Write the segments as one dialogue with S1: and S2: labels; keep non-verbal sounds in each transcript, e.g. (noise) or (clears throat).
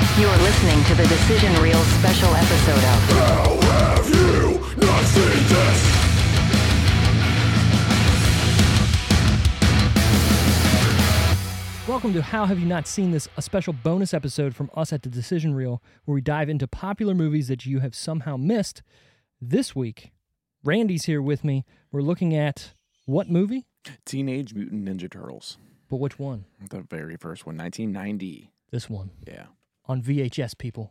S1: listening to the Decision Reels special episode of
S2: How have you not seen this?
S3: Welcome to How Have You Not Seen This, a special bonus episode from us at the Decision Reel, where we dive into popular movies that you have somehow missed. This week, Randy's here with me. We're looking at what movie?
S4: Teenage Mutant Ninja Turtles,
S3: But which one?
S4: the very first one, 1990.
S3: This one
S4: Yeah.
S3: on VHS, people,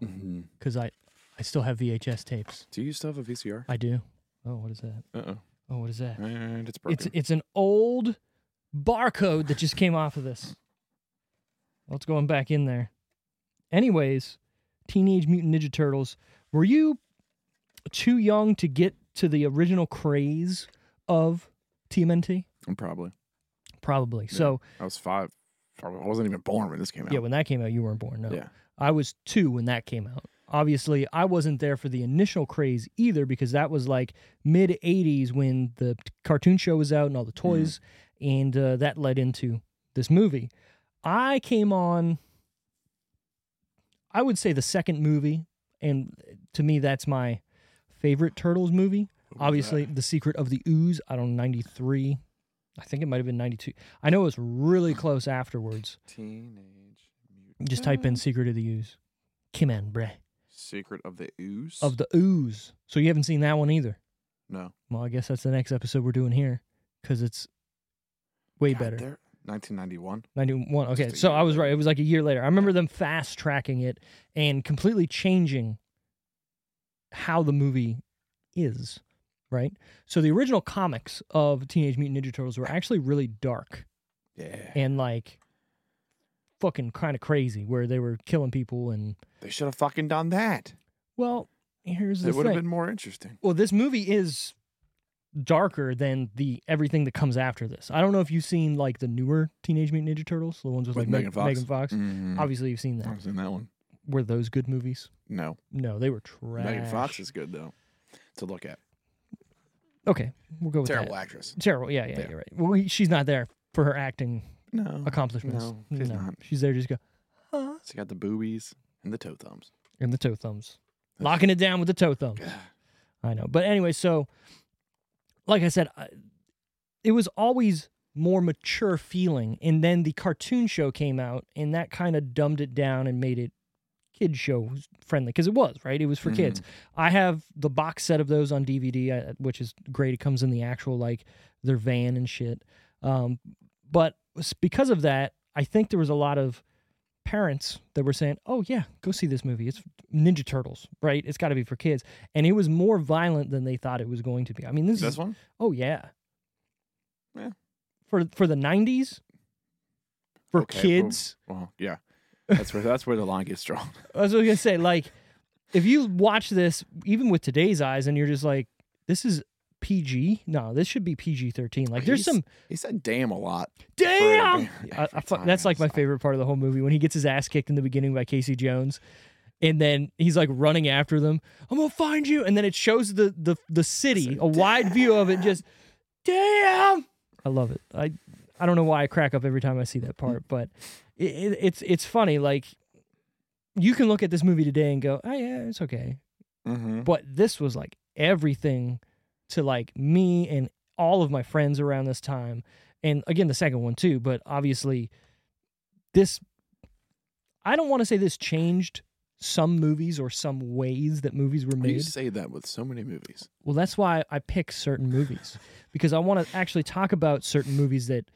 S3: because I, I still have VHS tapes.
S4: Do you still have a VCR?
S3: I do. Oh, what is that?
S4: Uh oh.
S3: Oh, what is that?
S4: And it's broken.
S3: It's it's an old barcode that just came off of this. Well, it's going back in there. Anyways, Teenage Mutant Ninja Turtles. Were you too young to get to the original craze of TMNT?
S4: Probably.
S3: Probably. So
S4: I was five. Probably. I wasn't even born when this came out.
S3: yeah, when that came out, you weren't born. No,
S4: Yeah.
S3: I was two when that came out. Obviously, I wasn't there for the initial craze either because that was like mid 80s when the cartoon show was out and all the toys, and uh, that led into this movie. I came on, I would say, the second movie, and to me, that's my favorite Turtles movie. Obviously, The Secret of the Ooze, I don't know, 93. I think it might have been 92. I know it was really close afterwards.
S4: Teenage Mutant.
S3: Just type in Secret of the Ooze. Come on, bruh.
S4: Secret of the Ooze?
S3: Of the Ooze. So you haven't seen that one either.
S4: no.
S3: Well, I guess that's the next episode we're doing here because it's way
S4: God,
S3: better.
S4: they're- 1991.
S3: 91. Okay,
S4: Just a
S3: so I
S4: year
S3: was right.
S4: later.
S3: It was like a year later. I remember them fast tracking it and completely changing how the movie is, right? So the original comics of Teenage Mutant Ninja Turtles were actually really dark.
S4: Yeah.
S3: and like fucking kind of crazy where they were killing people and
S4: They should have fucking done that.
S3: well here's the
S4: It would have
S3: thing
S4: been more interesting.
S3: well this movie is darker than the everything that comes after this i don't know if you've seen like the newer teenage mutant ninja turtles the ones with,
S4: With
S3: like
S4: Megan Fox.
S3: megan fox
S4: Mhm.
S3: obviously you've seen
S4: I
S3: that
S4: was in that one.
S3: were those good movies
S4: No.
S3: no they were trash
S4: Megan Fox is good, though, to look at.
S3: okay we'll go with
S4: Terrible
S3: that
S4: actress.
S3: terrible yeah, yeah
S4: Yeah.
S3: you're right well we- she's not there for her acting
S4: No.
S3: accomplishments
S4: No, she's not.
S3: she's there to just go
S4: She got the boobies and the toe thumbs.
S3: and the toe thumbs locking it down with the toe thumbs I know. But anyway, so like I said, I, it was always more mature feeling and then the cartoon show came out and that kind of dumbed it down and made it kid show friendly because it was right it was for kids i have the box set of those on dvd uh, which is great it comes in the actual like their van and shit um, but s- because of that i think there was a lot of parents that were saying oh yeah go see this movie it's ninja turtles right it's got to be for kids and it was more violent than they thought it was going to be i mean this,
S4: This
S3: is
S4: one?
S3: oh yeah
S4: Yeah.
S3: for for the 90s for
S4: Okay, well-
S3: kids
S4: Well,
S3: (laughs)
S4: yeah. That's where that's where the line gets drawn.
S3: I was gonna say, like, if you watch this even with today's eyes, and you're just like, this is PG. No, this should be PG thirteen. Like, there's
S4: He's-
S3: some
S4: He said "damn" a lot.
S3: damn.
S4: Yeah,
S3: I, I fu- that's like my favorite part of the whole movie when he gets his ass kicked in the beginning by Casey Jones, and then he's like running after them. I'm gonna find you, and then it shows the the the city, a wide view of it. Just damn. I love it. I I don't know why I crack up every time I see that part, but it, it, it's it's funny. Like you can look at this movie today and go, oh yeah, it's okay.
S4: Mm-hmm.
S3: But this was like everything to like me and all of my friends around this time. And again, the second one too, but obviously this I don't want to say this changed some movies or some ways that movies were
S4: You
S3: made.
S4: say that with so many movies.
S3: Well, that's why I pick certain movies because I want to actually talk about certain movies that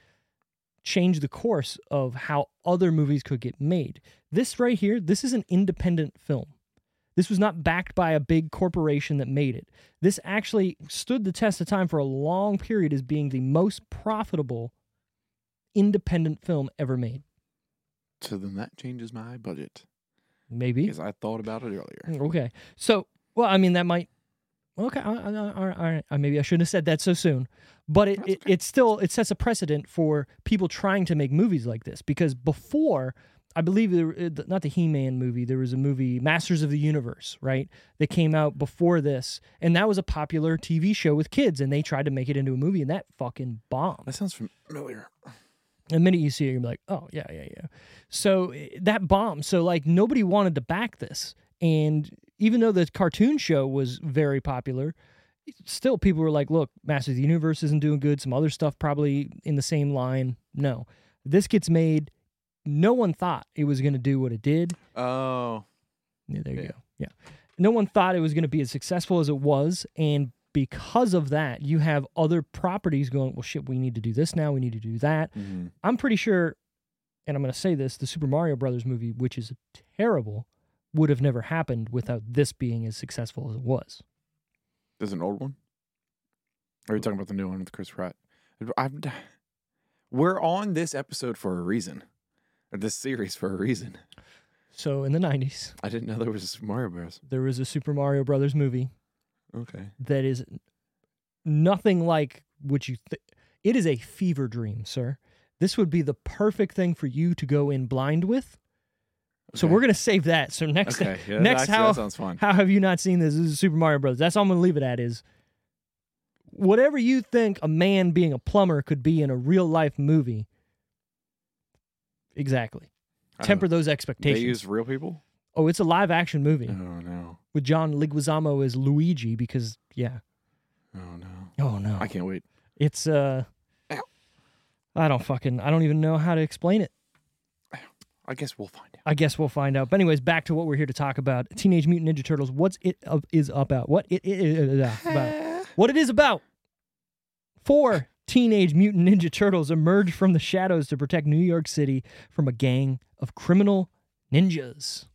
S3: change the course of how other movies could get made. This right here, this is an independent film. This was not backed by a big corporation that made it. This actually stood the test of time for a long period as being the most profitable independent film ever made.
S4: So then that changes my budget
S3: Maybe.
S4: because I thought about it earlier.
S3: Okay. So, well, I mean, that might. Okay, all right, all right, all right. Uh, Maybe I shouldn't have said that so soon, but it,
S4: That's
S3: it it still it sets a precedent for people trying to make movies like this because before, I believe there, uh, not the He Man movie, there was a movie Masters of the Universe, right? That came out before this, and that was a popular TV show with kids, and they tried to make it into a movie, and that fucking bombed.
S4: That sounds familiar.
S3: the minute you see it, you're like, oh yeah, yeah, yeah. So eh, that bomb. So like nobody wanted to back this, and even though the cartoon show was very popular, still people were like, look, Master of the Universe isn't doing good. Some other stuff probably in the same line. No, this gets made. No one thought it was going to do what it did.
S4: Oh.
S3: Yeah, there you
S4: Yeah.
S3: go. Yeah. No one thought it was going to be as successful as it was. And because of that, you have other properties going, well, shit, we need to do this now. We need to do that.
S4: Mhm.
S3: I'm pretty sure, and I'm going to say this the Super Mario Brothers movie, which is terrible, would have never happened without this being as successful as it was.
S4: There's an old one. Are you talking about the new one with Chris Pratt? I've, we're on this episode for a reason, or this series for a reason.
S3: So in the 90s,
S4: I didn't know there was a Super Mario Bros.
S3: there was a Super Mario Brothers movie
S4: Okay.
S3: that is nothing like what you th- it is a fever dream sir this would be the perfect thing for you to go in blind with so
S4: Okay.
S3: we're gonna save that so next (laughs)
S4: Okay. Yeah,
S3: next
S4: that,
S3: how
S4: that sounds fun.
S3: how have you not seen this? This is Super Mario Brothers. That's all I'm gonna leave it at is whatever you think a man being a plumber could be in a real life movie. Exactly.
S4: I don't-
S3: Temper those
S4: They
S3: expectations.
S4: use real people.
S3: oh, it's a live action movie
S4: Oh no.
S3: with John Leguizamo as Luigi because yeah.
S4: Oh no.
S3: Oh no.
S4: I can't wait.
S3: It's uh
S4: Ow.
S3: I don't fucking I don't even know how to explain it.
S4: I guess we'll find out.
S3: I guess we'll find out. But anyways, back to what we're here to talk about. Teenage Mutant Ninja Turtles. What's it up, is about? What it, it, it- uh,
S4: (laughs)
S3: about? What it is about? Four teenage mutant ninja turtles emerge from the shadows to protect New York City from a gang of criminal ninjas.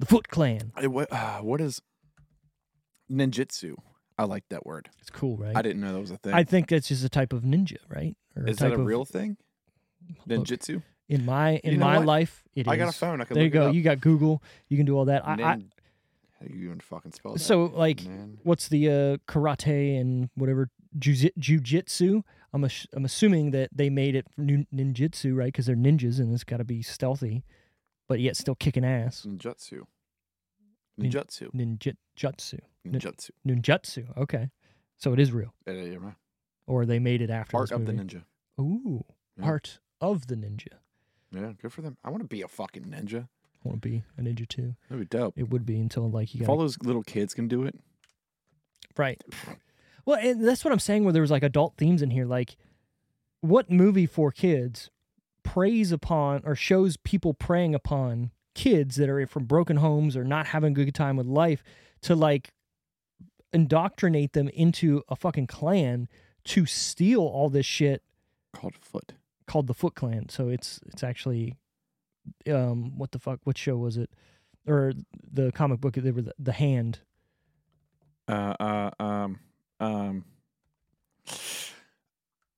S3: The Foot Clan.
S4: I- what, uh, what is ninjutsu? I like that word.
S3: It's cool, right?
S4: I didn't know that was a thing.
S3: I think that's just a type of ninja, right? Or
S4: is that
S3: type
S4: a
S3: of-
S4: real thing?
S3: Look,
S4: Ninjutsu.
S3: in my in
S4: You know
S3: my
S4: what?
S3: life, it is.
S4: I got a phone. I can
S3: There you
S4: look it
S3: go.
S4: up.
S3: You got Google. You can do all that. I, I,
S4: Nin- How do you even fucking spell that?
S3: So like,
S4: Man.
S3: what's the uh, karate and whatever juji- jujitsu? I'm ass- I'm assuming that they made it for nin- ninjutsu, right? Because they're ninjas and it's got to be stealthy, but yet still kicking ass.
S4: ninjutsu.
S3: Nin-
S4: Ninjutsu.
S3: Ninjutsu, nin-
S4: Ninjutsu.
S3: ninjutsu. Okay, so it is real,
S4: Yeah, yeah, right.
S3: or they made it after
S4: Art
S3: this
S4: of the
S3: movie.
S4: ninja.
S3: Ooh,
S4: Yeah.
S3: art of the ninja.
S4: Yeah, good for them. I want to be a fucking ninja.
S3: Want to be a ninja too?
S4: That'd be dope.
S3: It would be until like you
S4: If
S3: got
S4: all those little kids can do it,
S3: Right. Well, and that's what I'm saying. Where there was like adult themes in here, like what movie for kids preys upon or shows people preying upon kids that are from broken homes or not having a good time with life to like indoctrinate them into a fucking clan to steal all this shit
S4: called foot.
S3: called the Foot Clan. So it's it's actually um what the fuck what show was it or the comic book they were the, the hand
S4: Uh, uh, um, um.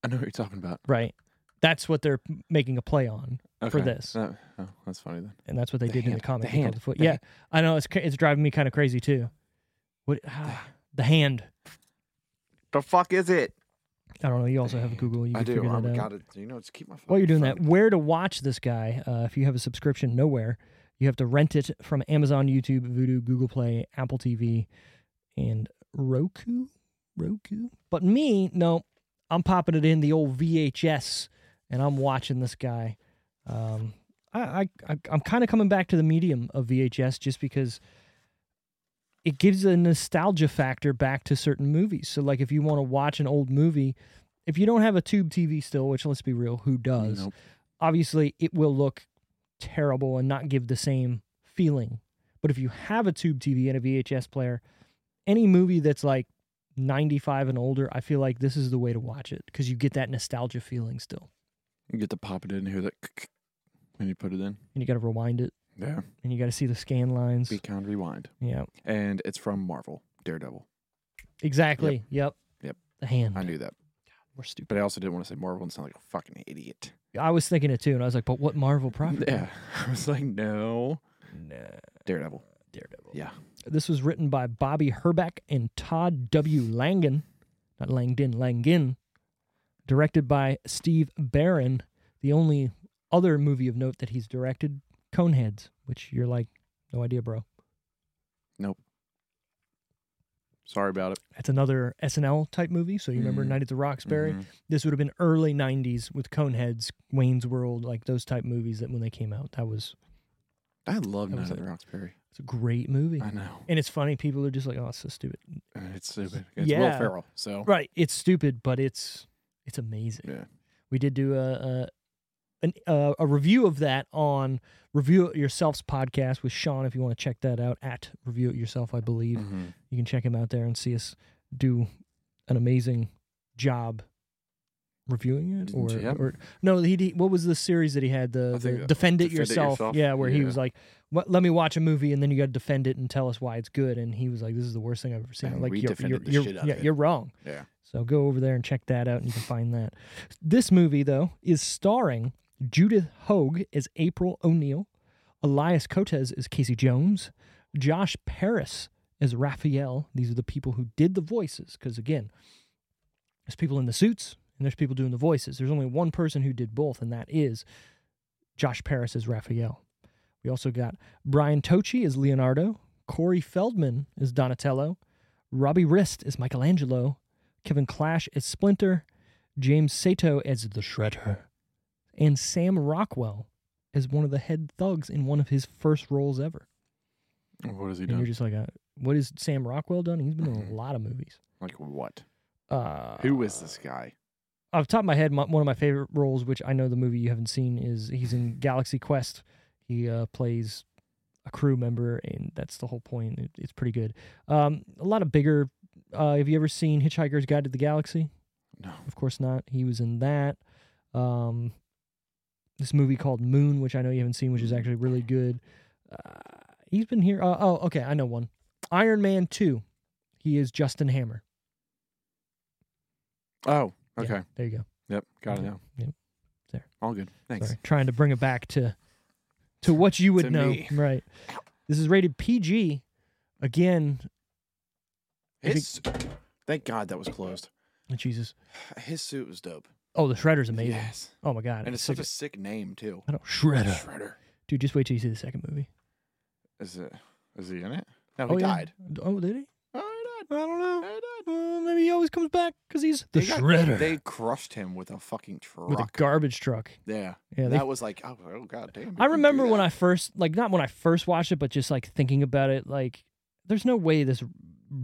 S4: I know what you're talking about.
S3: right that's what they're making a play on
S4: Okay.
S3: For this.
S4: Uh, oh, that's funny then.
S3: and that's what they
S4: The
S3: did in
S4: hand,
S3: the comic.
S4: the
S3: They called
S4: hand,
S3: it foot.
S4: the
S3: yeah,
S4: hand.
S3: I know it's cra- it's driving me kind of crazy too. What ah, the hand?
S4: The fuck is it?
S3: I don't know. You also have Google. You
S4: I
S3: can
S4: do. Oh
S3: figure that
S4: I
S3: out.
S4: got it. You know, just keep my.
S3: While you're doing that,
S4: fucking
S3: where to watch this guy? Uh, if you have a subscription, nowhere. You have to rent it from Amazon, YouTube, Vudu, Google Play, Apple TV, and Roku. Roku. But me, no, I'm popping it in the old VHS, and I'm watching this guy. Um, I, I, I I'm kind of coming back to the medium of VHS just because it gives a nostalgia factor back to certain movies. So, like, if you want to watch an old movie, if you don't have a tube TV still, which let's be real, who does?
S4: Nope.
S3: Obviously, it will look terrible and not give the same feeling. But if you have a tube TV and a VHS player, any movie that's like 95 and older, I feel like this is the way to watch it because you get that nostalgia feeling still.
S4: You get to pop it in here. That when you put it in.
S3: And you got to rewind it
S4: Yeah.
S3: and you got to see the scan lines.
S4: Beacon Rewind,
S3: yeah,
S4: and it's from Marvel Daredevil.
S3: exactly. Yep.
S4: Yep.
S3: The hand.
S4: I knew that,
S3: We're stupid.
S4: but I also didn't want to say Marvel and sound like a fucking idiot.
S3: I was thinking it too, and I was like, but what Marvel property?
S4: (laughs) Yeah, I was like, no,
S3: Nah,
S4: Daredevil.
S3: Daredevil.
S4: Yeah,
S3: This was written by Bobby Herbeck and Todd W. Langen, not Langdon, Langen. Directed by Steve Barron. The only other movie of note that he's directed, Coneheads, which you're like, no idea, bro.
S4: Sorry about it.
S3: That's another SNL type movie. So you
S4: Mm-hmm.
S3: remember Night at the Roxbury? This would have been early 90s with Coneheads, Wayne's World, like those type movies that when they came out, that was,
S4: I love Night at
S3: like-
S4: the Roxbury.
S3: it's a great movie.
S4: I know.
S3: And it's funny, people are just like, oh, it's so stupid.
S4: And Uh, It's stupid. It's Will
S3: Yeah.
S4: Ferrell. So
S3: Right. It's stupid, but it's it's amazing.
S4: yeah,
S3: We did do a a, an, uh, a review of that on Review It Yourself's podcast with Sean. If you want to check that out at Review It Yourself, I believe
S4: Mhm.
S3: you can check him out there and see us do an amazing job reviewing it. Or,
S4: Yep.
S3: or no, he, he what was the series that he had the,
S4: I think
S3: the
S4: that-
S3: defend it
S4: Defend It
S3: yourself?
S4: Yourself,
S3: Yeah, where he
S4: yeah.
S3: was like, what, let me watch a movie and then you got to defend it and tell us why it's good. And he was like, this is the worst thing I've ever seen. I'm
S4: And
S3: like
S4: we
S3: you're,
S4: defended
S3: you're-
S4: the
S3: you're-
S4: shit out of
S3: yeah,
S4: it.
S3: you're wrong.
S4: yeah.
S3: So go over there and check that out, and you can find that. This movie, though, is starring Judith Hogue as April O'Neil, Elias Cotes as Casey Jones, Josh Paris as Raphael. These are the people who did the voices, because again, there's people in the suits and there's people doing the voices. There's only one person who did both, and that is Josh Paris as Raphael. We also got Brian Tochi as Leonardo, Corey Feldman as Donatello, Robbie Rist as Michelangelo, Kevin Clash as Splinter, James Sato as the Shredder, and Sam Rockwell as one of the head thugs in one of his first roles ever.
S4: What has he
S3: And you're
S4: done?
S3: just like, uh, what has Sam Rockwell done? He's been in
S4: (laughs)
S3: a lot of movies.
S4: Like what?
S3: Uh,
S4: Who is this guy?
S3: off the top of my head, my, one of my favorite roles, which I know the movie you haven't seen, is he's in Galaxy Quest. He uh, plays a crew member, and that's the whole point. It, it's pretty good. Um, a lot of bigger. Uh, have you ever seen Hitchhiker's Guide to the Galaxy?
S4: No.
S3: Of course not. He was in that. Um, this movie called Moon, which I know you haven't seen, which is actually really good. Uh, he's been here. Uh, oh, okay. I know one. Iron Man 2. He is Justin Hammer.
S4: Oh,
S3: Yeah,
S4: okay.
S3: there you go.
S4: Yep. Got it
S3: Okay.
S4: now.
S3: Yep. There.
S4: All good. Thanks.
S3: Sorry, trying to bring it back to to what you would
S4: To
S3: know,
S4: me.
S3: right? This is rated PG. Again, If
S4: His, thank God that was closed. (sighs)
S3: oh, Jesus.
S4: His suit was dope.
S3: Oh, the Shredder's amazing.
S4: Yes.
S3: Oh my god,
S4: And it's such a sick name too.
S3: I don't Shredder,
S4: Shredder.
S3: dude. Just wait till you see the second movie.
S4: Is it? Is he in it? No,
S3: oh,
S4: he
S3: yeah.
S4: died.
S3: Oh, did he?
S4: Oh, he died.
S3: I don't
S4: Oh,
S3: know.
S4: he died.
S3: Uh, maybe he always comes back because he's the
S4: They got-
S3: Shredder
S4: They crushed him with a fucking truck.
S3: with a garbage truck.
S4: yeah.
S3: Yeah, they
S4: that was like, oh, oh god damn.
S3: I remember when I first like not when I first watched it, but just like thinking about it, like there's no way this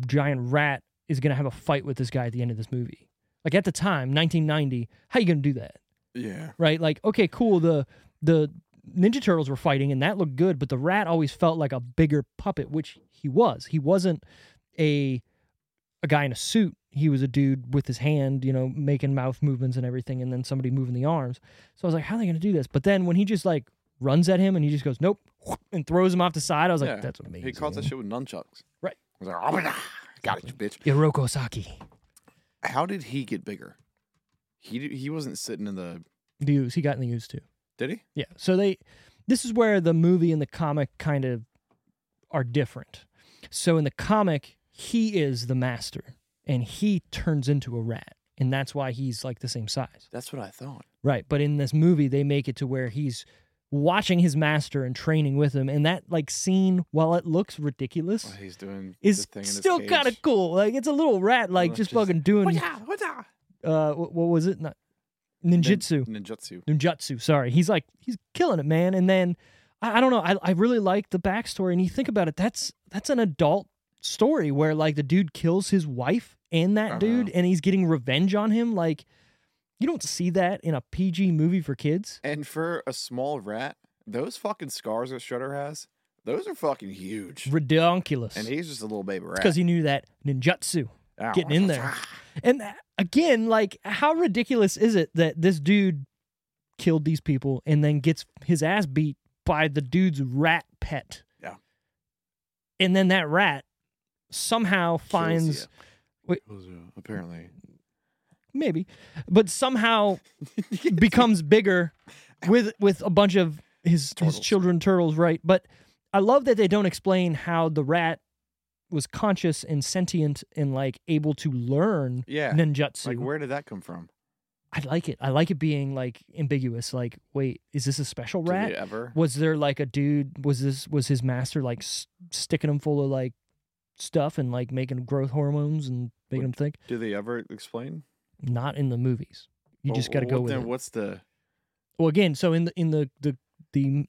S3: giant rat is gonna have a fight with this guy at the end of this movie. Like at the time, 1990, how you gonna do that,
S4: Yeah.
S3: right? Like okay, cool. The the Ninja Turtles were fighting and that looked good, but the rat always felt like a bigger puppet, which he was. He wasn't a a guy in a suit. He was a dude with his hand, you know, making mouth movements and everything, and then somebody moving the arms. So I was like, how are they going to do this? But then when he just like runs at him and he just goes, nope, (laughs) and throws him off the side, I was like,
S4: Yeah.
S3: that's amazing.
S4: He caught that shit with nunchucks.
S3: Right.
S4: I was like, oh, nah. got it, you bitch.
S3: Hiroko Saki.
S4: How did he get bigger? He d- he wasn't sitting in the.
S3: The use. He got in the use too.
S4: Did he?
S3: Yeah. So they, this is where the movie and the comic kind of are different. So in the comic, he is the master and he turns into a rat. And that's why he's like the same size.
S4: That's what I thought.
S3: Right. But in this movie, they make it to where he's watching his master and training with him. And that like scene, while it looks ridiculous,
S4: He's doing
S3: is
S4: the thing in
S3: still kind of cool. Like it's a little rat, like
S4: Well,
S3: just,
S4: just-
S3: fucking doing,
S4: What's that?
S3: uh, what, what was it? Not, ninjutsu.
S4: Ninjutsu.
S3: Ninjutsu, sorry. He's like, he's killing it, man. And then I, I don't know, I, I really like the backstory. And you think about it, that's that's an adult story where like the dude kills his wife and that
S4: Uh-huh.
S3: dude and he's getting revenge on him. Like you don't see that in a PG movie for kids.
S4: And for a small rat, those fucking scars that Shredder has, those are fucking huge.
S3: Ridiculous.
S4: And he's just a little baby rat. Oh,
S3: because he knew that ninjutsu
S4: Ow.
S3: getting in there. And uh, again, like how ridiculous is it that this dude killed these people and then gets his ass beat by the dude's rat pet?
S4: Yeah.
S3: And then that rat somehow
S4: Kills
S3: finds
S4: you.
S3: Wait.
S4: Kills you, Apparently.
S3: maybe,
S4: (laughs)
S3: but somehow becomes bigger with with a bunch of his
S4: Turtles.
S3: his children turtles, right? But I love that they don't explain how the rat was conscious and sentient and like able to learn
S4: Yeah.
S3: ninjutsu.
S4: Like, where did that come from?
S3: I like it. I like it being like ambiguous. Like, wait, is this a special
S4: Did
S3: rat?
S4: it ever?
S3: Was there like a dude? Was this was his master like s- sticking him full of like stuff and like making growth hormones and making them think.
S4: Do they ever explain?
S3: Not in the movies. You just
S4: Well,
S3: got to go
S4: what
S3: with
S4: then
S3: it.
S4: what's the
S3: Well, again, so in the in the the the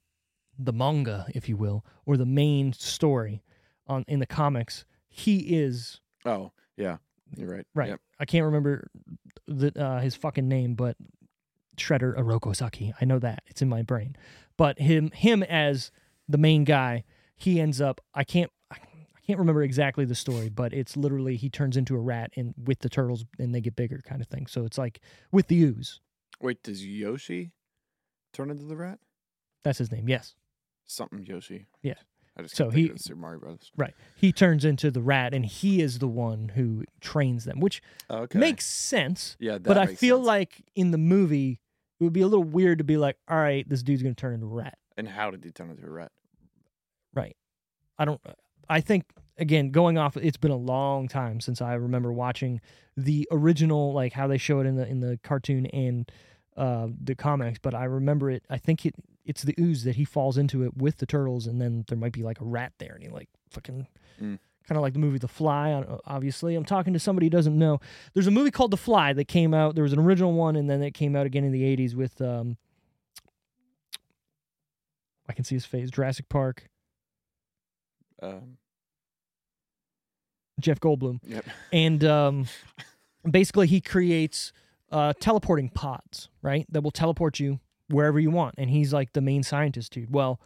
S3: the manga, if you will, or the main story on in the comics, he is
S4: oh yeah you're right
S3: right.
S4: Yep.
S3: I can't remember the, uh, his fucking name, but Shredder Orokosaki. I know that it's in my brain, but him him as the main guy, he ends up. I can't. I can't remember exactly the story, but it's literally he turns into a rat and with the turtles and they get bigger kind of thing. So it's like with the ooze.
S4: Wait, does Yoshi turn into the rat?
S3: That's his name. Yes.
S4: Something Yoshi.
S3: Yeah.
S4: I just
S3: So
S4: kept thinking
S3: he-
S4: of Super Mario Brothers.
S3: Right. He turns into the rat and he is the one who trains them, which
S4: Okay.
S3: makes sense.
S4: yeah, that
S3: but I
S4: makes
S3: feel
S4: sense.
S3: like in the movie, it would be a little weird to be like, all right, this dude's going to turn into a rat.
S4: And how did he turn into a rat?
S3: Right. I don't, I think, again, going off, it's been a long time since I remember watching the original, like how they show it in the, in the cartoon and uh, the comics, but I remember it. I think it, it's the ooze that he falls into it with the turtles, and then there might be like a rat there, and he like fucking
S4: Mm.
S3: kind of like the movie The Fly. I- Obviously, I'm talking to somebody who doesn't know. There's a movie called The Fly that came out. There was an original one, and then it came out again in the '80s with um, I can see his face, Jurassic Park,
S4: Um,
S3: Jeff Goldblum.
S4: yep. (laughs)
S3: and um, basically he creates uh, teleporting pods, right? That will teleport you wherever you want. And he's like the main scientist dude. Well,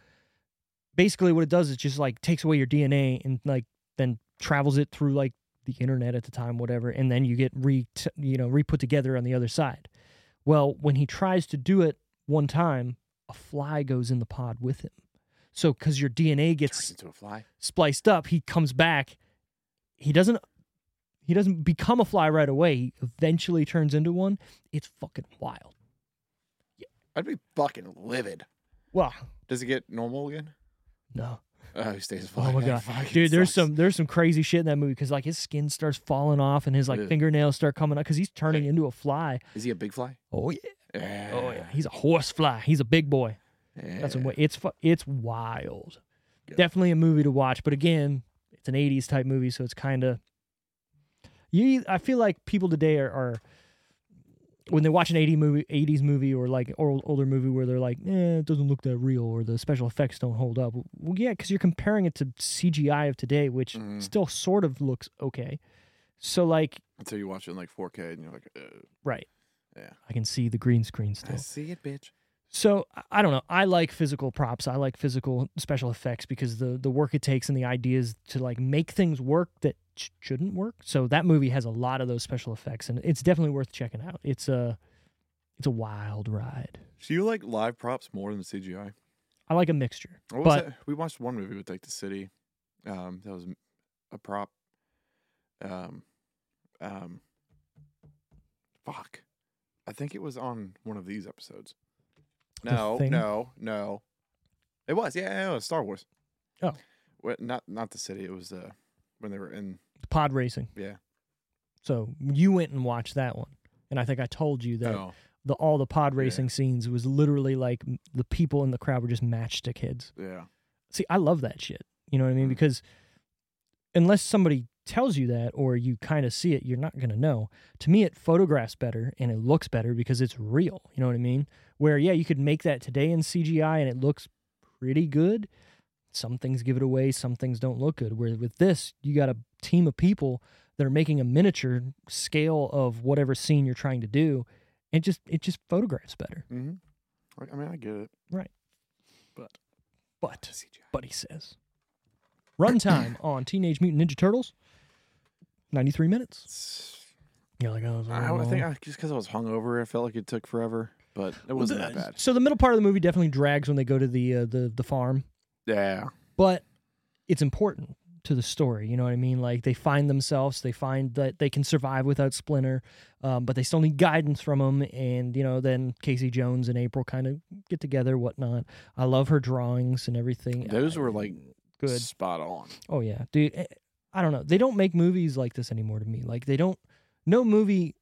S3: basically what it does is just like takes away your DNA and like then travels it through like the internet at the time, whatever, and then you get re t- you know re put together on the other side. Well, when he tries to do it one time, a fly goes in the pod with him. So, because your DNA gets
S4: Turns into a fly.
S3: spliced up he comes back he doesn't he doesn't become a fly right away he eventually turns into one it's fucking wild
S4: I'd be fucking livid.
S3: wow
S4: Does he get normal again?
S3: no
S4: Oh, (laughs) he stays a fly.
S3: oh my
S4: That
S3: god
S4: fucking
S3: dude there's
S4: sucks.
S3: some there's some crazy shit in that movie because like his skin starts falling off and his like
S4: Ugh.
S3: fingernails start coming up because he's turning into a fly
S4: Is he a big fly?
S3: oh yeah oh yeah he's a horse fly he's a big boy That's what it's fu- it's wild. Definitely a movie to watch, but again, it's an '80s type movie, so it's kind of you. e, I feel like people today are, are when they watch an '80 movie, '80s movie, or like or older movie where they're like, eh, it doesn't look that real, or the special effects don't hold up. Well, yeah, because you're comparing it to CGI of today, which still sort of looks okay. So like,
S4: Until you watch it in like 4K and you're like, Ugh. Oh.
S3: right?
S4: Yeah.
S3: I can see the green screen
S4: I
S3: still.
S4: see it, bitch.
S3: So I- I don't know. I like physical props. I like physical special effects because the the work it takes and the ideas to like make things work that sh- shouldn't work. So that movie has a lot of those special effects, and it's definitely worth checking out. It's a it's a wild ride.
S4: So you like live props more than CGI?
S3: I like a mixture,
S4: What was
S3: but
S4: that? We watched one movie with like the city. Um, that was a prop. Um, um, fuck. I think it was on one of these episodes.
S3: The
S4: No,
S3: Thing?
S4: no, no. It was. Yeah, yeah, it was Star Wars.
S3: Oh.
S4: Well, not not the city. It was uh when they were in.
S3: pod racing.
S4: Yeah.
S3: So you went and watched that one, and I think I told you that
S4: Oh,
S3: the all the pod
S4: Yeah.
S3: racing scenes was literally like m- the people in the crowd were just matchstick kids.
S4: yeah.
S3: See, I love that shit. You know what I mean?
S4: Mm.
S3: Because unless somebody tells you that or you kind of see it, you're not going to know. To me, it photographs better and it looks better because it's real. You know what I mean? Where, yeah, you could make that today in CGI and it looks pretty good. Some things give it away, some things don't look good. Where with this, you got a team of people that are making a miniature scale of whatever scene you're trying to do. It just it just photographs better.
S4: Mm-hmm. I mean, I get it.
S3: But
S4: CGI.
S3: Buddy says.
S4: (clears throat)
S3: Runtime on Teenage Mutant Ninja Turtles, 93 minutes.
S4: It's-
S3: You're like, oh,
S4: I, I think I, just because I was hungover, I felt like it took forever, but it wasn't that bad.
S3: So the middle part of the movie definitely drags when they go to the uh, the the farm,
S4: Yeah.
S3: but it's important to the story. You know what I mean? Like they find themselves, they find that they can survive without Splinter, um, but they still need guidance from him. And you know, then Casey Jones and April kind of get together, whatnot. I love her drawings and everything.
S4: Those
S3: I-
S4: were, like,
S3: good.
S4: Spot on.
S3: Oh yeah, dude. eh, I don't know. They don't make movies like this anymore. To me, like they don't. No movie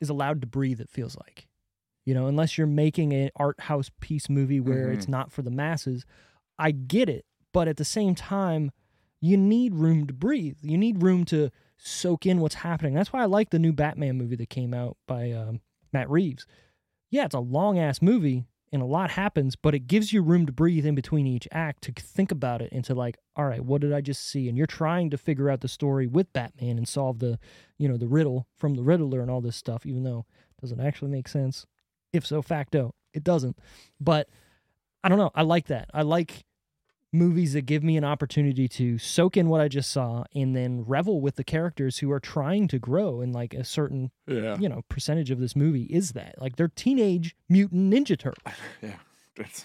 S3: is allowed to breathe. It feels like, you know, unless you're making an art house piece movie where it's not for the masses. I get it, but at the same time, you need room to breathe. You need room to soak in what's happening. That's why I like the new Batman movie that came out by um, Matt Reeves. Yeah, it's a long ass movie and a lot happens, but it gives you room to breathe in between each act to think about it and to like, all right, what did I just see? And you're trying to figure out the story with Batman and solve the, you know, the riddle from the Riddler and all this stuff, even though it doesn't actually make sense. If so facto, it doesn't. But I don't know. I like that. I like movies that give me an opportunity to soak in what I just saw and then revel with the characters who are trying to grow and like a certain,
S4: Yeah.
S3: you know, percentage of this movie is that. Like they're teenage mutant ninja turtles
S4: Yeah. That's,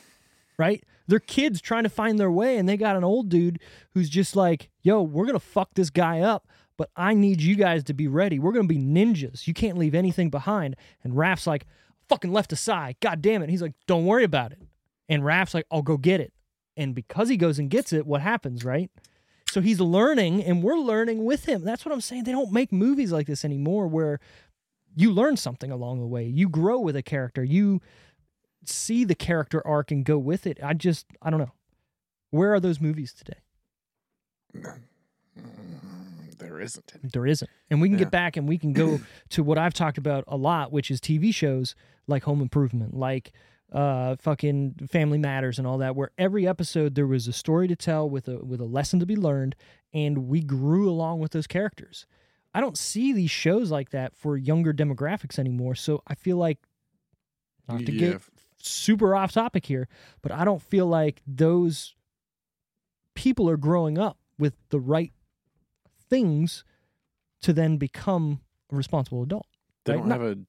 S3: right? They're kids trying to find their way, and they got an old dude who's just like, yo, we're going to fuck this guy up, but I need you guys to be ready. We're going to be ninjas. You can't leave anything behind. And Raph's like, fucking left a sigh. God damn it. He's like, don't worry about it. And Raph's like, I'll go get it. And because he goes and gets it, what happens, right? So he's learning, and we're learning with him. That's what I'm saying. They don't make movies like this anymore where you learn something along the way. You grow with a character. You see the character arc and go with it. I just I don't know. Where are those movies today?
S4: there isn't any.
S3: There isn't. And we can
S4: Yeah.
S3: get back and we can go
S4: (clears throat)
S3: to what I've talked about a lot, which is TV shows like Home Improvement, like uh fucking Family Matters and all that, where every episode there was a story to tell with a with a lesson to be learned, and we grew along with those characters. I don't see these shows like that for younger demographics anymore. So I feel like not to
S4: Yeah.
S3: get super off topic here, but I don't feel like those people are growing up with the right things to then become a responsible adult.
S4: They
S3: right?
S4: don't
S3: Not-
S4: have a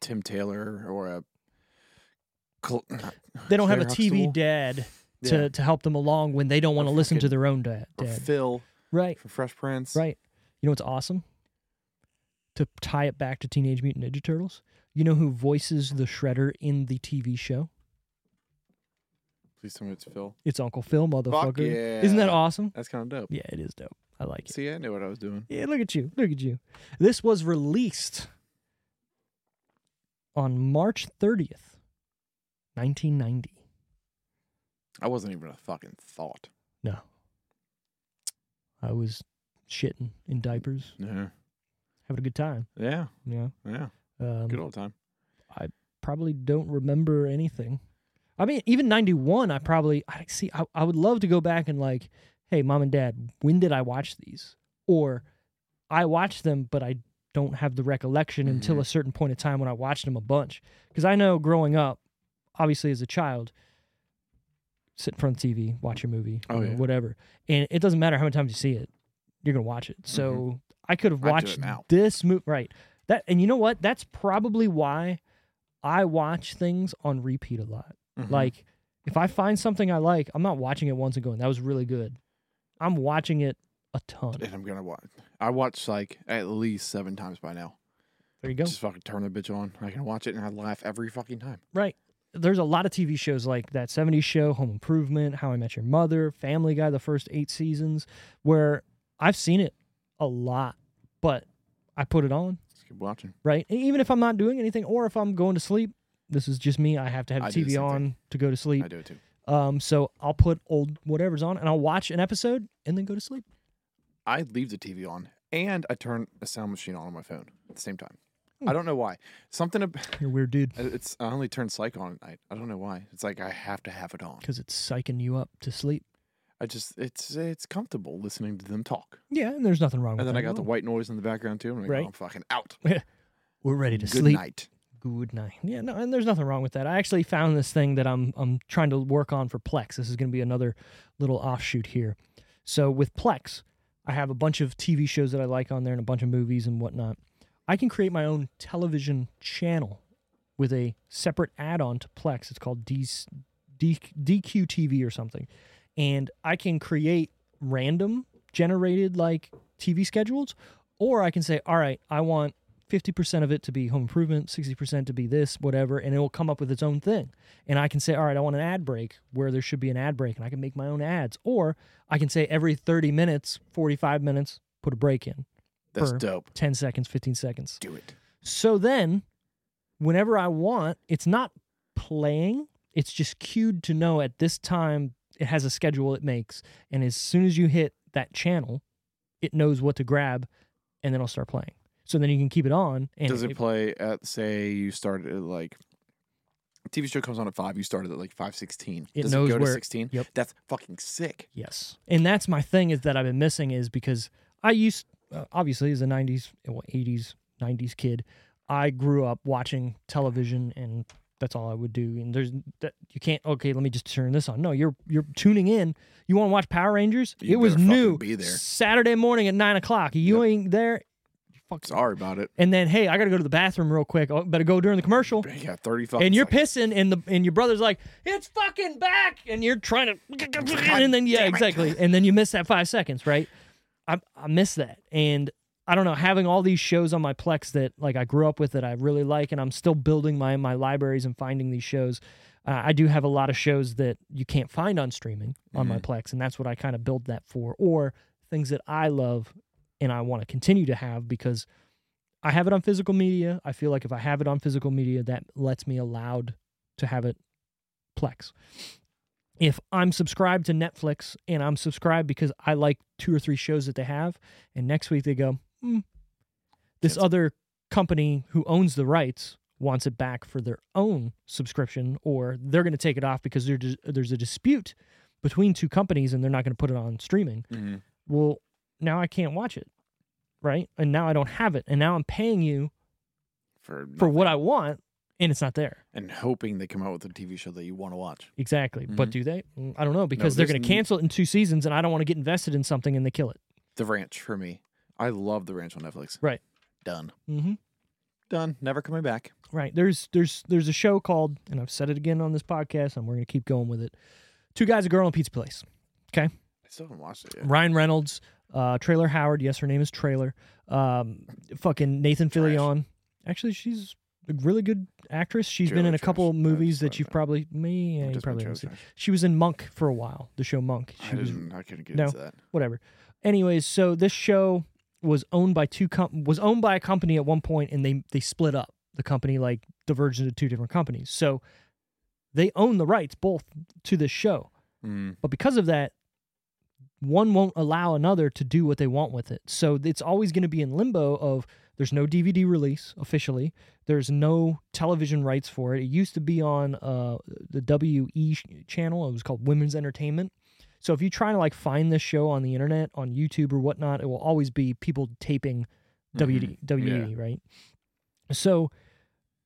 S4: Tim Taylor or a. Col- not-
S3: They don't have a
S4: Claire
S3: TV
S4: Huxtable
S3: dad to,
S4: Yeah.
S3: to help them along when they don't want to
S4: Or
S3: listen to
S4: fucking-
S3: their own dad.
S4: or
S3: dad.
S4: Phil
S3: Right,
S4: from Fresh Prince.
S3: right. You know what's awesome? To tie it back to Teenage Mutant Ninja Turtles, you know who voices the Shredder in the TV show?
S4: Please tell me it's Phil.
S3: It's Uncle Phil, motherfucker. Isn't
S4: yeah.
S3: that awesome?
S4: That's kind of dope.
S3: Yeah, it is dope. I like it.
S4: See, I knew what I was doing.
S3: Yeah, look at you. Look at you. This was released on March 30th, 1990.
S4: I wasn't even a fucking thought.
S3: No. I was shitting in diapers,
S4: Yeah.
S3: having a good time.
S4: Yeah.
S3: Yeah.
S4: Yeah.
S3: Um,
S4: Good old time.
S3: probably don't remember anything. I mean, even 91, I probably, I see, I, I would love to go back and like, hey, mom and dad, when did I watch these? Or I watched them, but I don't have the recollection until
S4: Mm-hmm.
S3: a certain point of time when I watched them a bunch. Because I know growing up, obviously as a child, sit in front of the TV, watch your movie,
S4: Oh,
S3: you know,
S4: yeah.
S3: whatever. And it doesn't matter how many times you see it, you're going to watch it. So
S4: Mm-hmm.
S3: I could have
S4: I'd do it
S3: watched
S4: now.
S3: this movie. Right. That And you know what? That's probably why I watch things on repeat a lot.
S4: Mm-hmm.
S3: Like if I find something I like, I'm not watching it once and going, that was really good. I'm watching it a ton.
S4: and I'm gonna watch. I watch like at least seven times by now.
S3: There you go.
S4: Just fucking turn the bitch on. I can watch it and I laugh every fucking time.
S3: Right. There's a lot of TV shows like that 70s show, Home Improvement, How I Met Your Mother, Family Guy, the first eight seasons, where I've seen it a lot, but I put it on,
S4: Just keep watching.
S3: right? And even if I'm not doing anything or if I'm going to sleep, this is just me. I have to have
S4: I do the
S3: TV
S4: same
S3: on to go to sleep.
S4: I do it too.
S3: Um, so I'll put old whatever's on and I'll watch an episode and then go to sleep.
S4: I leave the TV on and I turn a sound machine on on my phone at the same time.
S3: Hmm.
S4: I don't know why. Something ab- (laughs)
S3: You're a weird dude
S4: it's I only turn psych on at night. I don't know why. It's like I have to have it on.
S3: because it's psyching you up to sleep.
S4: I just it's it's comfortable listening to them talk.
S3: Yeah, and there's nothing wrong with
S4: And then
S3: that
S4: I
S3: at
S4: got the
S3: all.
S4: white noise in the background too. And I'm like,
S3: Right.
S4: oh, I'm fucking out.
S3: We're ready to
S4: Good
S3: sleep.
S4: night.
S3: Good night. Yeah, no, and there's nothing wrong with that. I actually found this thing that I'm I'm trying to work on for Plex. This is going to be another little offshoot here. So with Plex, I have a bunch of TV shows that I like on there and a bunch of movies and whatnot. I can create my own television channel with a separate add-on to Plex. It's called D- D- DQTV or something, and I can create random generated like TV schedules, or I can say, all right, I want 50% of it to be home improvement, 60% to be this, whatever, and it will come up with its own thing. And I can say, all right, I want an ad break where there should be an ad break, and I can make my own ads. Or I can say every 30 minutes, 45 minutes, put a break in
S4: That's
S3: For-
S4: dope.
S3: 10 seconds, 15 seconds.
S4: Do it.
S3: So then, whenever I want, it's not playing, it's just cued to know at this time it has a schedule it makes. And as soon as you hit that channel, it knows what to grab, and then I'll start playing. So then you can keep it on. And
S4: Does it play at say you started at like TV show comes on at five, you started at like five sixteen.
S3: It
S4: Does
S3: knows
S4: it go
S3: where-
S4: to sixteen?
S3: yep.
S4: That's fucking sick.
S3: Yes, and that's my thing is that I've been missing is because I used uh, obviously as a uh, '90s, well, '80s, '90s kid, I grew up watching television and that's all I would do. And there's that you can't. Okay, let me just turn this on. No, you're you're tuning in. You want to watch Power Rangers?
S4: You
S3: it was
S4: better fucking
S3: new
S4: be there.
S3: Saturday morning at nine o'clock. You ain't there.
S4: Sorry about it.
S3: And then hey, I gotta go to the bathroom real quick. Oh, better go during the commercial
S4: Yeah, thirty five.
S3: and you're pissing, and the and your brother's like, "It's fucking back," and you're trying to, and then yeah, exactly, and then you miss that five seconds, right? I I miss that, and I don't know, having all these shows on my Plex that like I grew up with that I really like, and I'm still building my my libraries and finding these shows. Uh, I do have a lot of shows that you can't find on streaming on my Plex, and that's what I kind of build that for, or things that I love and I want to continue to have because I have it on physical media. I feel like if I have it on physical media, that lets me allowed to have it Plex. If I'm subscribed to Netflix and I'm subscribed because I like two or three shows that they have, and next week they go, hmm, this other company who owns the rights wants it back for their own subscription, or they're going to take it off because there- there's a dispute between two companies and they're not going to put it on streaming
S4: Mhm.
S3: well, now I can't watch it, right? And now I don't have it, and now I'm paying you
S4: for,
S3: for what I want, and it's not there.
S4: and hoping they come out with a TV show that you want to watch.
S3: Exactly. But
S4: Mhm.
S3: do they? Mm, I don't know because they're
S4: there's
S3: going to
S4: n-
S3: cancel it in two seasons, and I don't want to get invested in something and they kill it.
S4: The Ranch for me. I love The Ranch on Netflix.
S3: Right.
S4: Done.
S3: Mm-hmm.
S4: Done. Never coming back.
S3: Right. There's there's there's a show called, and I've said it again on this podcast, and we're going to keep going with it. Two guys, a girl, and a pizza place.
S4: I still haven't watched it yet.
S3: Ryan Reynolds, uh, Trailer Howard. Yes, her name is Trailer. Um, fucking Nathan
S4: Trash.
S3: Fillion. Actually, she's a really good actress. She's been
S4: Trailer
S3: in a
S4: trash.
S3: couple
S4: I
S3: movies
S4: just
S3: that
S4: don't
S3: you've
S4: know.
S3: probably me. Yeah, you
S4: Just
S3: probably
S4: been
S3: haven't
S4: trailer
S3: seen.
S4: trash.
S3: She was in Monk for a while. The show Monk. She
S4: I
S3: was
S4: didn't. I couldn't get
S3: No.
S4: into that.
S3: whatever. Anyways, so this show was owned by two com- was owned by a company at one point, and they they split up. The company like diverged into two different companies. So they own the rights both to this show.
S4: Mm.
S3: But because of that, one won't allow another to do what they want with it. So it's always going to be in limbo of there's no DVD release officially. There's no television rights for it. It used to be on uh, the WE sh- channel. It was called Women's Entertainment. So if you try to like find this show on the internet, on YouTube or whatnot, it will always be people taping WD, WE, E, right? So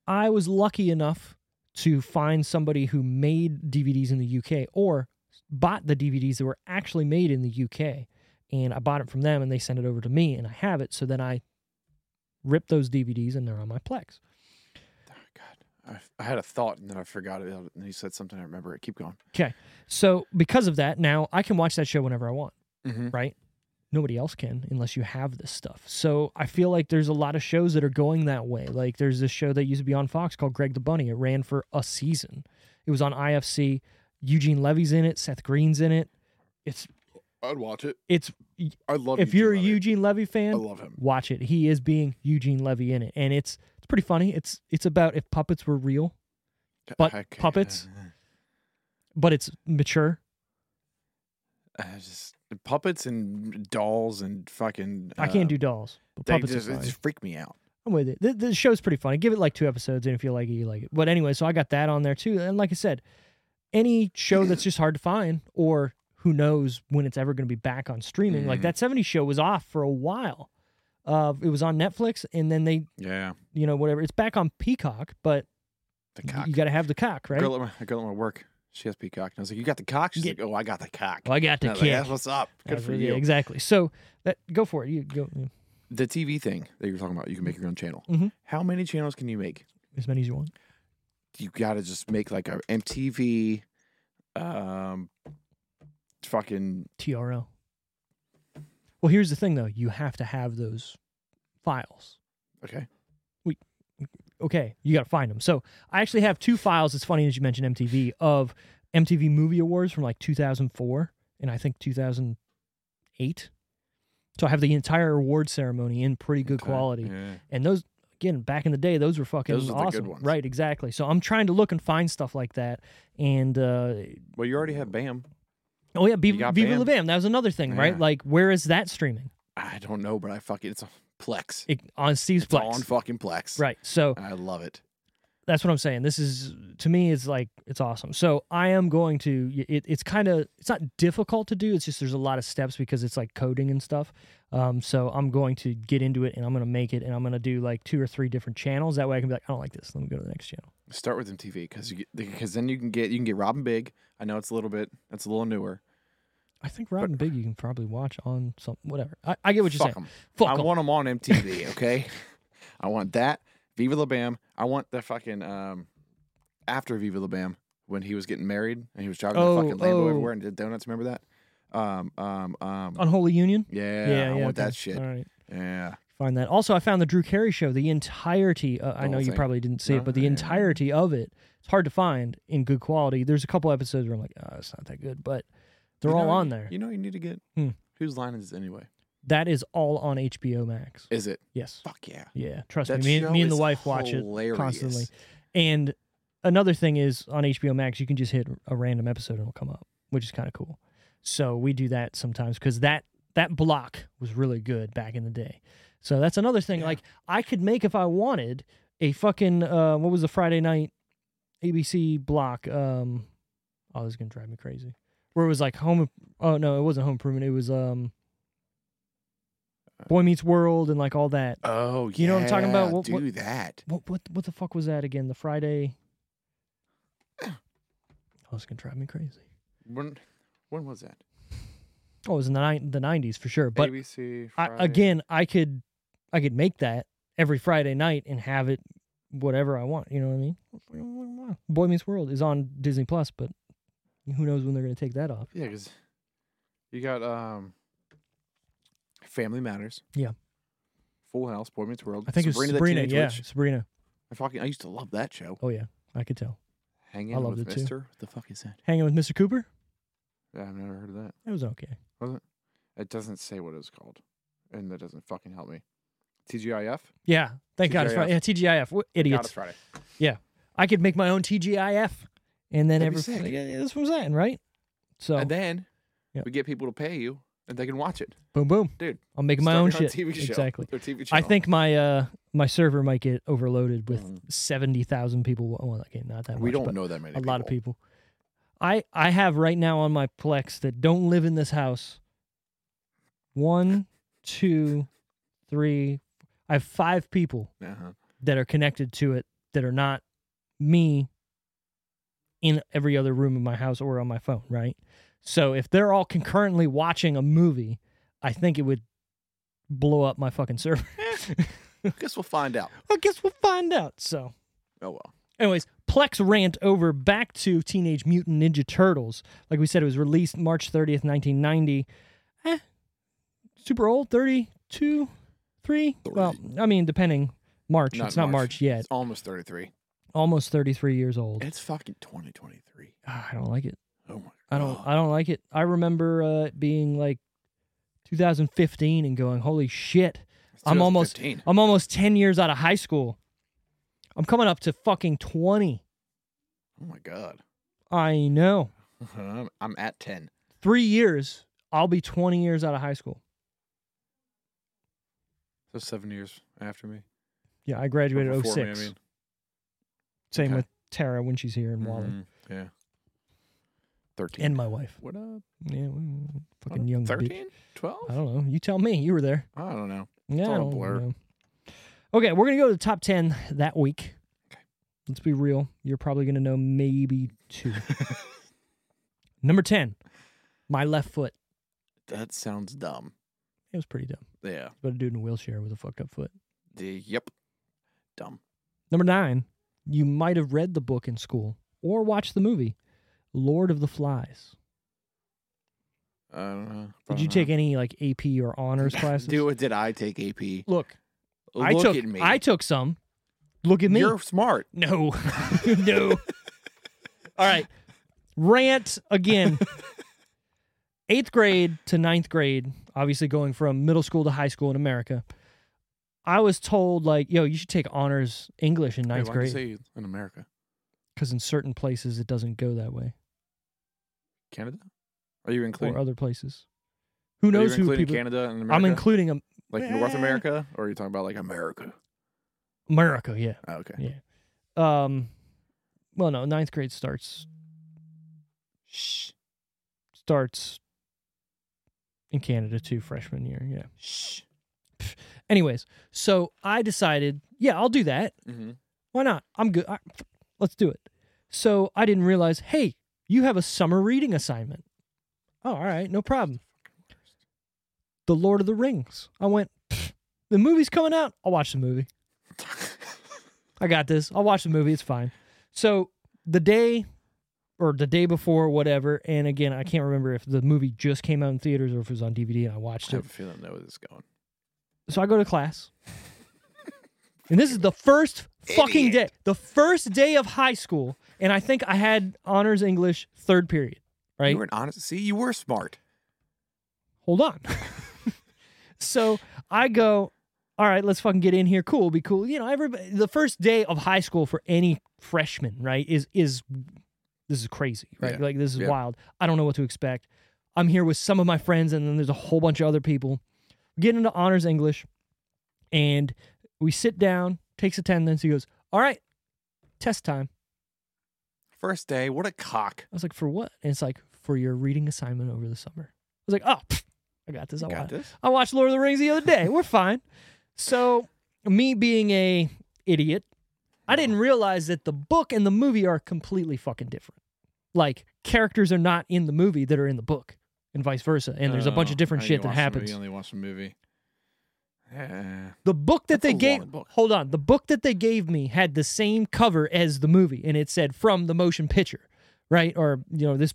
S3: I was lucky enough to find somebody who made DVDs in the UK or bought the DVDs that were actually made in the UK. And I bought it from them and they sent it over to me and I have it. So then I rip those DVDs and they're on my Plex.
S4: Oh, God. I, I had a thought and then I forgot it. And you said something. I remember it. Keep going.
S3: So because of that, now I can watch that show whenever I want.
S4: Mm-hmm.
S3: right? Nobody else can unless you have this stuff. So I feel like there's a lot of shows that are going that way. Like there's this show that used to be on Fox called Greg the Bunny. It ran for a season. It was on IFC. Eugene Levy's in it. Seth Green's in it. It's
S4: I'd watch it.
S3: it's
S4: I love.
S3: if
S4: Eugene
S3: you're a
S4: Levy.
S3: Eugene Levy fan,
S4: I love him.
S3: watch it. He is being Eugene Levy in it, and it's it's pretty funny. It's it's about if puppets were real, but
S4: Okay.
S3: puppets. but it's mature.
S4: (laughs) I just puppets and dolls and fucking.
S3: I can't
S4: uh,
S3: do dolls, but
S4: They
S3: puppets
S4: just,
S3: are
S4: it
S3: fine.
S4: just freaked me out.
S3: I'm with it. The, the show's pretty funny. Give it like two episodes, and if you like it, you like it. But anyway, so I got that on there too. And like I said, any show that's just hard to find, or who knows when it's ever going to be back on streaming, like
S4: Mhm.
S3: that 70s show was off for a while. Uh, it was on Netflix, and then they,
S4: Yeah.
S3: you know, whatever. It's back on Peacock, but
S4: The
S3: y-
S4: cock.
S3: you got to have the cock, right?
S4: Girl at my, a girl at my work. She has peacock. And I was like, "You got the cock?" She's
S3: Get-
S4: like, "Oh, I got the cock."
S3: Well, I got
S4: And
S3: the
S4: I was like,
S3: kick.
S4: "That's what's up. Good
S3: That's
S4: for
S3: what-
S4: you."
S3: Exactly. So that go for it. You go you-
S4: The TV thing that you were talking about, you can make your own channel.
S3: Mhm.
S4: How many channels can you make?
S3: as many as you want.
S4: You got to just make like a MTV, um, fucking
S3: TRL. Well, here's the thing though. You have to have those files.
S4: okay.
S3: okay, you got to find them. So I actually have two files. It's funny that you mentioned MTV of MTV Movie Awards from like 2004 and I think 2008. So I have the entire award ceremony in pretty good
S4: Okay.
S3: quality.
S4: Uh, Yeah.
S3: And those again, back in the day, those were fucking
S4: Those are the
S3: awesome.
S4: good ones.
S3: Right, exactly. So I'm trying to look and find stuff like that. And uh,
S4: Well, you already have BAM.
S3: Oh yeah, Be-
S4: You
S3: Viva
S4: got
S3: La
S4: banned.
S3: Bam. That was another thing, right?
S4: Yeah.
S3: Like, where is that streaming?
S4: I don't know, but I fucking it's on Plex.
S3: It, on Steve's
S4: It's
S3: Plex.
S4: on fucking Plex.
S3: right. So
S4: I love it.
S3: that's what I'm saying. This is to me, it's like it's awesome. So I am going to. It, it's kind of it's not difficult to do. It's just there's a lot of steps because it's like coding and stuff. Um, so I'm going to get into it and I'm going to make it and I'm going to do like two or three different channels. That way I can be like, I don't like this. Let me go to the next channel.
S4: Start with MTV because you because then you can get you can get Robin Big. I know it's a little bit that's a little newer.
S3: I think Robin Big you can probably watch on some whatever. I, I get what you're
S4: Fuck
S3: saying.
S4: 'em.
S3: Fuck
S4: I
S3: 'em.
S4: want them on MTV. Okay, I want that Viva La Bam. I want the fucking um after Viva La Bam when he was getting married and he was driving
S3: Oh,
S4: the fucking Lambo
S3: oh.
S4: everywhere and did donuts. Remember that? Um um um.
S3: Unholy Union.
S4: yeah, I want
S3: okay.
S4: that shit.
S3: All right.
S4: Yeah.
S3: find that. Also, I found the Drew Carey show, the entirety. Uh, I
S4: whole
S3: know you
S4: thing.
S3: probably didn't see it, but the
S4: yeah.
S3: entirety of it, it's hard to find in good quality. There's a couple episodes where I'm like, oh, it's not that good, but they're
S4: You
S3: all
S4: know-
S3: on there.
S4: You know you need to get.
S3: Hmm.
S4: Whose line is it anyway?
S3: that is all on HBO Max.
S4: Is it?
S3: Yes.
S4: Fuck yeah.
S3: Yeah. Trust
S4: That
S3: me. Me,
S4: show
S3: me and the
S4: is
S3: wife watch it constantly.
S4: hilarious.
S3: And another thing is on HBO Max, you can just hit a random episode and it'll come up, which is kind of cool. So we do that sometimes because that that block was really good back in the day. So that's another thing. Like I could make if I wanted a fucking uh, what was the Friday night ABC block? Um, oh, this is gonna drive me crazy. Where it was like home? Oh no, it wasn't home improvement. It was um,
S4: Uh,
S3: Boy Meets World and like all that.
S4: Oh,
S3: You know what I'm talking about?
S4: yeah,
S3: What- what-
S4: do that.
S3: What what what the fuck was that again? The (sighs) Friday. Oh, it's gonna drive me crazy.
S4: When when was that?
S3: Oh, it was in the ni- the nineties for sure. But
S4: ABC.
S3: I,
S4: Friday.
S3: again, I could I could make that every Friday night and have it whatever I want. You know what I mean? Boy Meets World is on Disney Plus, but who knows when they're gonna take that off?
S4: Yeah, because you got um, Family Matters.
S3: Yeah.
S4: Full House, Boy Meets World.
S3: I think it's
S4: the
S3: Sabrina.
S4: Teenage
S3: Yeah,
S4: Witch.
S3: Sabrina.
S4: I fucking I used to love that show.
S3: Oh yeah, I could tell.
S4: Hanging
S3: I loved
S4: with
S3: it too.
S4: Mister. What the fuck is that?
S3: Hanging with Mr. Cooper,
S4: Yeah, I've never heard of that.
S3: it was okay.
S4: It doesn't say what it's called, and that doesn't fucking help me. TGIF.
S3: Yeah, thank God it's Friday. Yeah, TGIF. What
S4: Got it
S3: idiots.
S4: Friday.
S3: I could make my own TGIF, and then
S4: That'd be
S3: every
S4: sick.
S3: yeah, yeah, that's what I'm saying, right? So
S4: And then
S3: Yeah.
S4: we get people to pay you, and they can watch it.
S3: boom, boom,
S4: Dude,
S3: I'm making my
S4: Start
S3: own
S4: your
S3: shit.
S4: TV show
S3: Exactly.
S4: or TV
S3: I
S4: channel.
S3: think my uh my server might get overloaded with
S4: Mhm.
S3: seventy thousand people. wa- Well, okay, not that
S4: we
S3: much,
S4: don't
S3: but
S4: know that many.
S3: a lot of people. I I have right now on my Plex that don't live in this house. One, two, three. I have five people
S4: Uh-huh.
S3: that are connected to it that are not me in every other room of my house or on my phone, right? So if they're all concurrently watching a movie, I think it would blow up my fucking server. Eh.
S4: Guess we'll find out.
S3: I guess (laughs) we'll find out. So,
S4: Oh well.
S3: anyways, Plex rant over back to Teenage Mutant Ninja Turtles. Like we said, it was released March 30th, 1990. Eh, super old, 32, 3? Well, I mean, depending. March. it's not March yet.
S4: It's almost 33.
S3: almost 33 years old.
S4: It's fucking 2023.
S3: Ah, I don't like it.
S4: Oh my god. (gasps)
S3: I don't I don't like it. I remember uh, it being like 2015 and going, "Holy shit. I'm almost
S4: 2015.
S3: I'm almost 10 years out of high school. I'm coming up to fucking 20."
S4: Oh my god. (laughs)
S3: I know.
S4: I'm, I'm at 10.
S3: 3 years I'll be 20 years out of high school.
S4: So 7 years after me.
S3: Yeah, I
S4: Or
S3: graduated
S4: before
S3: 06.
S4: me, I mean.
S3: Same
S4: Okay.
S3: with Tara when she's here in Wally
S4: Mhm, Yeah. 13.
S3: and my wife.
S4: what up?
S3: Yeah, well, fucking young bitch.
S4: 13? 12?
S3: I don't know. You tell me. You were there.
S4: I don't know.
S3: Yeah,
S4: all
S3: I
S4: a
S3: don't
S4: blur.
S3: know. Okay, we're gonna go to the top ten that week.
S4: Okay.
S3: Let's be real. You're probably gonna know maybe two.
S4: (laughs)
S3: Number ten, my left foot.
S4: That sounds dumb.
S3: It was pretty dumb.
S4: Yeah.
S3: But a dude in a wheelchair with a fucked up foot.
S4: The, yep. Dumb.
S3: Number nine, you might have read the book in school or watched the movie, Lord of the Flies.
S4: I don't know.
S3: Did you
S4: Uh-huh.
S3: take any like AP or
S4: (laughs)
S3: honors classes?
S4: Do it? Did I take AP?
S3: Look,
S4: Look
S3: I took.
S4: at me.
S3: I took some. Look at me.
S4: You're smart.
S3: No. (laughs) no. All right. Rant again. Eighth grade to ninth grade, obviously going from middle school to high school in America, I was told, like, yo, you should take honors English in
S4: Hey,
S3: ninth
S4: why'd you
S3: grade.
S4: say in America.
S3: Because in certain places it doesn't go that way.
S4: Canada? Are you
S3: or
S4: including?
S3: other places.
S4: are
S3: Who
S4: you
S3: knows who
S4: including
S3: people?
S4: Canada and America?
S3: I'm including Am-
S4: like North
S3: Eh.
S4: America, or are you talking about like America?
S3: America. Yeah.
S4: Oh, okay.
S3: Yeah. Um. Well, no. Ninth grade starts
S4: Shh.
S3: starts in Canada too. Freshman year. Yeah.
S4: Shh.
S3: Anyways, so I decided, yeah, I'll do that.
S4: Mm-hmm.
S3: Why not? I'm good. I, let's do it. So I didn't realize, hey, you have a summer reading assignment. Oh, all right, no problem. The Lord of the Rings. I went, "Pfft, the movie's coming out. I'll watch the movie. I got this. I'll watch the movie. It's fine. So the day or the day before, whatever. And again, I can't remember if the movie just came out in theaters or if it was on DVD and I watched
S4: I
S3: it.
S4: have a feeling I know where this is going.
S3: So I go to class. and this is the first fucking day, the first day of high school. And I think I had honors English third period, right?
S4: You were an honest. See, you were smart.
S3: Hold on. (laughs) so I go, all right, let's fucking get in here. Cool, be cool. You know, everybody, the first day of high school for any freshman, right, is, is, this is crazy, right?
S4: Yeah.
S3: Like, this is
S4: Yeah.
S3: wild. I don't know what to expect. I'm here with some of my friends, and then there's a whole bunch of other people. We get into honors English, and we sit down, takes attendance. He goes, All right, test time.
S4: First day, what a cock.
S3: I was like, For what? And it's like, For your reading assignment over the summer. I was like, Oh, pfft, I got this. I
S4: Got
S3: got
S4: this.
S3: I watched Lord of the Rings the other day. We're fine. So, me being a idiot, I didn't realize that the book and the movie are completely fucking different. Like characters are not in the movie that are in the book, and vice versa. And there's a bunch
S4: Oh,
S3: of different
S4: I
S3: shit
S4: only
S3: that
S4: watched the
S3: happens.
S4: Movie, I only watched the movie. Yeah.
S3: The book that
S4: That's a
S3: they gave
S4: long book.
S3: hold on, the book that they gave me had the same cover as the movie, and it said from the motion picture, right? Or you know this,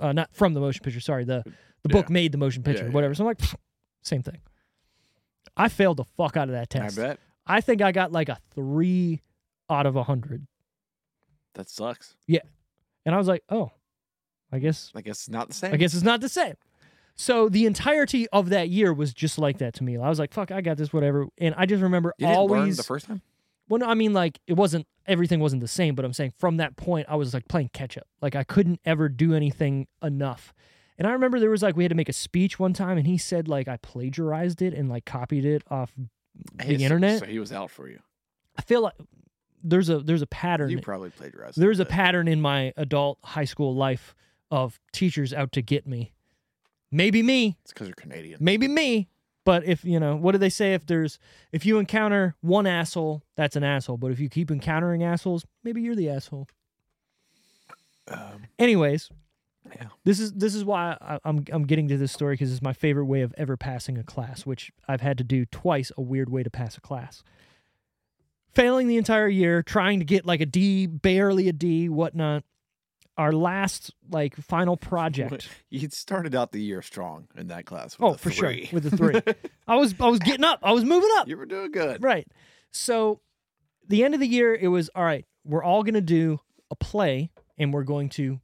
S3: uh, not from the motion picture. Sorry, the the book
S4: Yeah.
S3: made the motion picture,
S4: yeah.
S3: whatever. So I'm like, "Pfft, same thing. I failed the fuck out of that
S4: I
S3: test.
S4: bet
S3: I think I got like a three out of a hundred,
S4: that sucks.
S3: and I was like, oh, I guess
S4: I guess it's not the same.
S3: I guess it's not the same. So the entirety of that year was just like that to me. I was like, fuck, I got this, whatever. And I just remember
S4: you didn't learn
S3: always
S4: the first time.
S3: Well, no, I mean, like it wasn't everything wasn't the same, but I'm saying from that point, I was like playing catch up. Like I couldn't ever do anything enough. And I remember there was like we had to make a speech one time, and he said like I plagiarized it and like copied it off the
S4: Hey, so-
S3: internet.
S4: So he was out for you.
S3: I feel like there's a there's a pattern.
S4: You probably plagiarized.
S3: there's a
S4: it.
S3: pattern in my adult high school life of teachers out to get me. Maybe me,
S4: It's because you're Canadian.
S3: (laughs) maybe me but if you know what do they say if there's if you encounter one asshole that's an asshole but if you keep encountering assholes maybe you're the asshole
S4: Um,
S3: anyways
S4: Yeah.
S3: this is this is why I, I'm I'm getting to this story because it's my favorite way of ever passing a class, which I've had to do twice. A weird way to pass a class, failing the entire year, trying to get like a D, barely a D, whatnot. Our last
S4: (laughs)
S3: like final project.
S4: you started out the year strong in that class. With
S3: oh,
S4: a
S3: for sure,
S4: three.
S3: with the three. I was I was getting up. I was moving up.
S4: You were doing good.
S3: Right. So the end of the year, it was all right, we're all going to do a play and we're going to,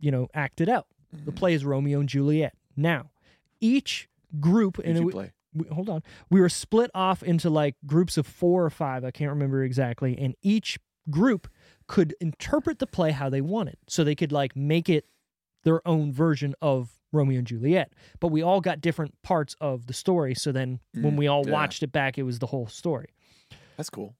S3: you know, act it out.
S4: Mm-hmm.
S3: The play is Romeo and Juliet. Now, each group,
S4: Did
S3: and it,
S4: you
S3: w-
S4: play?
S3: we, hold on. We were split off into like groups of four or five. I can't remember exactly. And each group could interpret the play how they wanted. So they could like make it their own version of Romeo and Juliet. But we all got different parts of the story. So then when
S4: Mm,
S3: we all
S4: yeah.
S3: watched it back, it was the whole story.
S4: That's cool.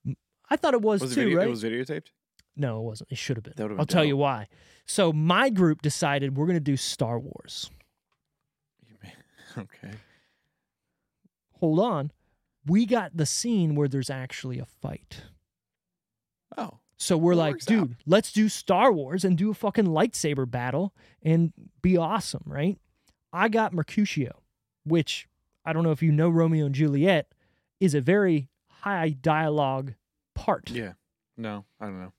S3: I thought it was,
S4: Was it,
S3: too,
S4: video-
S3: right?
S4: it was videotaped?
S3: no, it wasn't. It should have been.
S4: That would've
S3: I'll
S4: been
S3: tell you
S4: dope.
S3: why. So my group decided we're going to do Star Wars.
S4: You may- (laughs) Okay.
S3: Hold on. We got the scene where there's actually a fight.
S4: Oh,
S3: So we're
S4: That
S3: like,
S4: works out.
S3: dude, let's do Star Wars and do a fucking lightsaber battle and be awesome, right? I got Mercutio, which I don't know if you know Romeo and Juliet is a very high dialogue part.
S4: yeah. No, I don't know.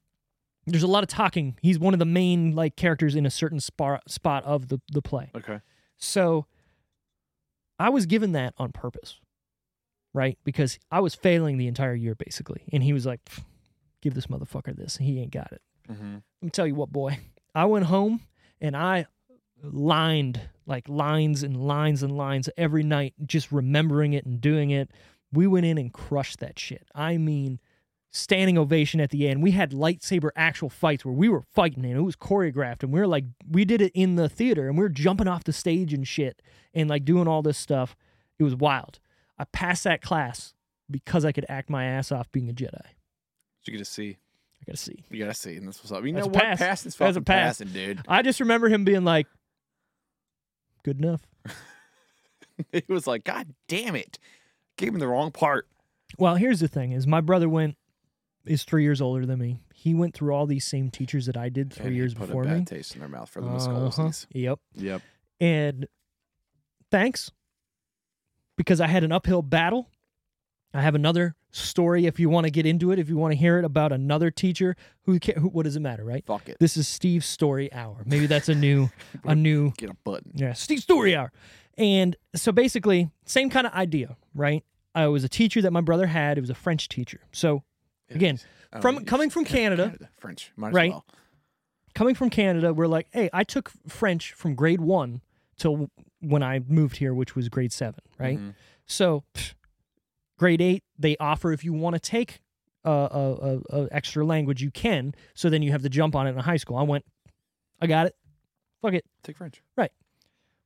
S3: There's a lot of talking. He's one of the main like characters in a certain spar- spot of the the play.
S4: Okay.
S3: So I was given that on purpose, right? Because I was failing the entire year basically. And he was like, "Pff, give this motherfucker this. He ain't got it.
S4: Mm-hmm.
S3: Let me tell you what, boy. I went home and I lined like lines and lines and lines every night, just remembering it and doing it. We went in and crushed that shit. I mean, standing ovation at the end. We had lightsaber actual fights where we were fighting and it was choreographed and we were like we did it in the theater and we were jumping off the stage and shit and like doing all this stuff. It was wild. I passed that class because I could act my ass off being a Jedi. I
S4: You get to see.
S3: got to see.
S4: You got to see. And this was up. You
S3: That's
S4: know
S3: a
S4: what?
S3: pass.
S4: Pass. Pass is
S3: That's a
S4: fucking
S3: pass.
S4: passing, dude. (laughs)
S3: I just remember him being like good enough.
S4: He was like, God damn it. Gave him the wrong part.
S3: Well, here's the thing: is my brother went is three years older than me. He went through all these same teachers that I did three
S4: And he
S3: years
S4: put
S3: before
S4: a bad
S3: me.
S4: taste in their mouth for the
S3: Uh-huh.
S4: Miskolsies.
S3: Yep.
S4: Yep.
S3: And thanks, because I had an uphill battle. I have another story if you want to get into it. If you want to hear it about another teacher who, ca- who what does it matter, right?
S4: Fuck it.
S3: This is Steve's story hour. Maybe that's a new a new
S4: Get a button.
S3: yeah, Steve Story Hour. And so basically, same kind of idea, right? I was a teacher that my brother had. It was a French teacher. So again,
S4: Oh,
S3: from
S4: you-
S3: coming
S4: (laughs)
S3: from Canada,
S4: French. Might
S3: Right.
S4: as well.
S3: coming from Canada, we're like, hey, I took French from grade one till when I moved here, which was grade seven, right? So, pff, grade eight, they offer if you want to take a, a, a, a extra language, you can. So then you have to jump on it in high school. I went, I got it. Fuck it.
S4: Take French.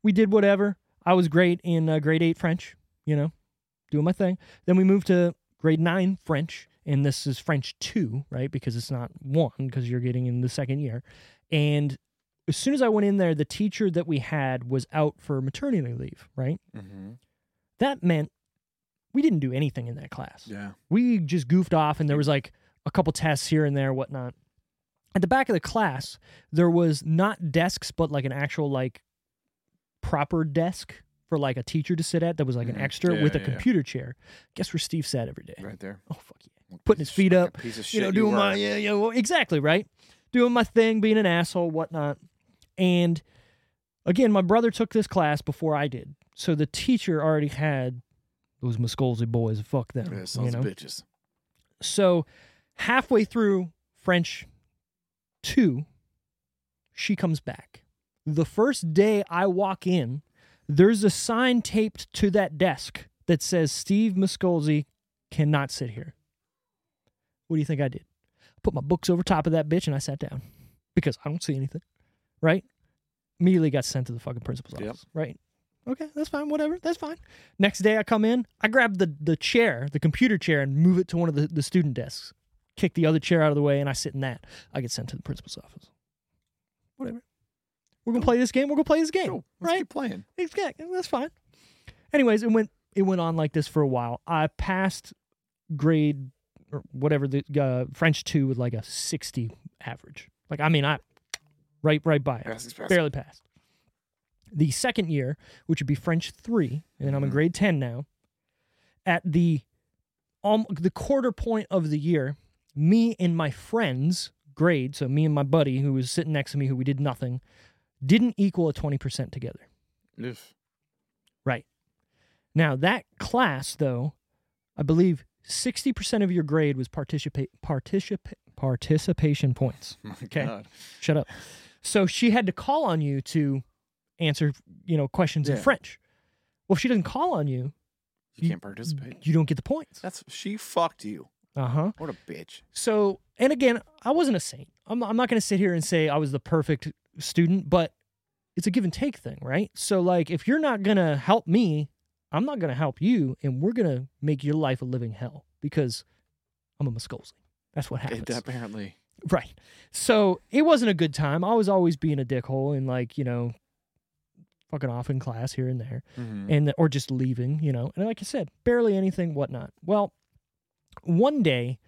S3: we did whatever. I was great in uh, grade eight French, you know, doing my thing. Then we moved to grade nine French, and this is French two, right? Because it's not one, because you're getting in the second year. And as soon as I went in there, the teacher that we had was out for maternity leave, right?
S4: Mm-hmm.
S3: That meant we didn't do anything in that class
S4: Yeah.
S3: we just goofed off and there was like a couple tests here and there whatnot at the back of the class there was not desks but like an actual like proper desk for like a teacher to sit at that was like an
S4: Mhm.
S3: extra
S4: Yeah,
S3: with a
S4: yeah, yeah.
S3: computer chair guess where steve sat every day
S4: Right there.
S3: oh fuck yeah Putting his feet
S4: Fucking
S3: up,
S4: Piece of shit.
S3: you know doing
S4: were.
S3: my yeah yeah well, exactly right doing my thing being an asshole whatnot and again my brother took this class before i did so the teacher already had those Muscovy boys fuck them
S4: Yeah,
S3: Oh, you
S4: sons
S3: know
S4: of bitches.
S3: so halfway through French 2, she comes back. The first day I walk in, there's a sign taped to that desk that says Steve Miscolzi cannot sit here. What do you think I did? Put my books over top of that bitch and I sat down because I don't see anything, right? Immediately got sent to the fucking principal's
S4: Yep.
S3: office, right? Okay, that's fine, whatever, that's fine. Next day I come in, I grab the, the chair, the computer chair, and move it to one of the, the student desks. Kick the other chair out of the way and I sit in that. I get sent to the principal's office. Whatever. We're gonna play this game, we're gonna play this game.
S4: Cool. Let's
S3: Right?
S4: keep playing.
S3: It's good. That's fine. Anyways, it went it went on like this for a while. I passed grade or whatever the uh, French two with like a sixty average. Like I mean, I right right by it,
S4: Passing's passing.
S3: barely passed. The second year, which would be French three, and I'm in
S4: Mhm.
S3: grade ten now. At the um, the quarter point of the year, me and my friends grade, so me and my buddy who was sitting next to me, who we did nothing, didn't equal a twenty percent together.
S4: Oof.
S3: Right. Now that class, though, I believe sixty percent of your grade was participate participa- participation points.
S4: My
S3: Okay.
S4: God.
S3: Shut up. So she had to call on you to answer, you know, questions in
S4: Yeah.
S3: French. Well, if she doesn't call on you,
S4: You can't participate.
S3: you don't get the points.
S4: That's she fucked you.
S3: Uh huh.
S4: What a bitch.
S3: So, and again, I wasn't a saint. I'm, I'm not going to sit here and say I was the perfect student, but it's a give and take thing, right? So, like, if you're not going to help me, I'm not going to help you, and we're going to make your life a living hell because I'm a Muscovy. That's what happens.
S4: It apparently.
S3: Right. So it wasn't a good time. I was always being a dickhole and like, you know, fucking off in class here and there
S4: Mhm.
S3: and or just leaving, you know. And like I said, barely anything, whatnot. Well, one day,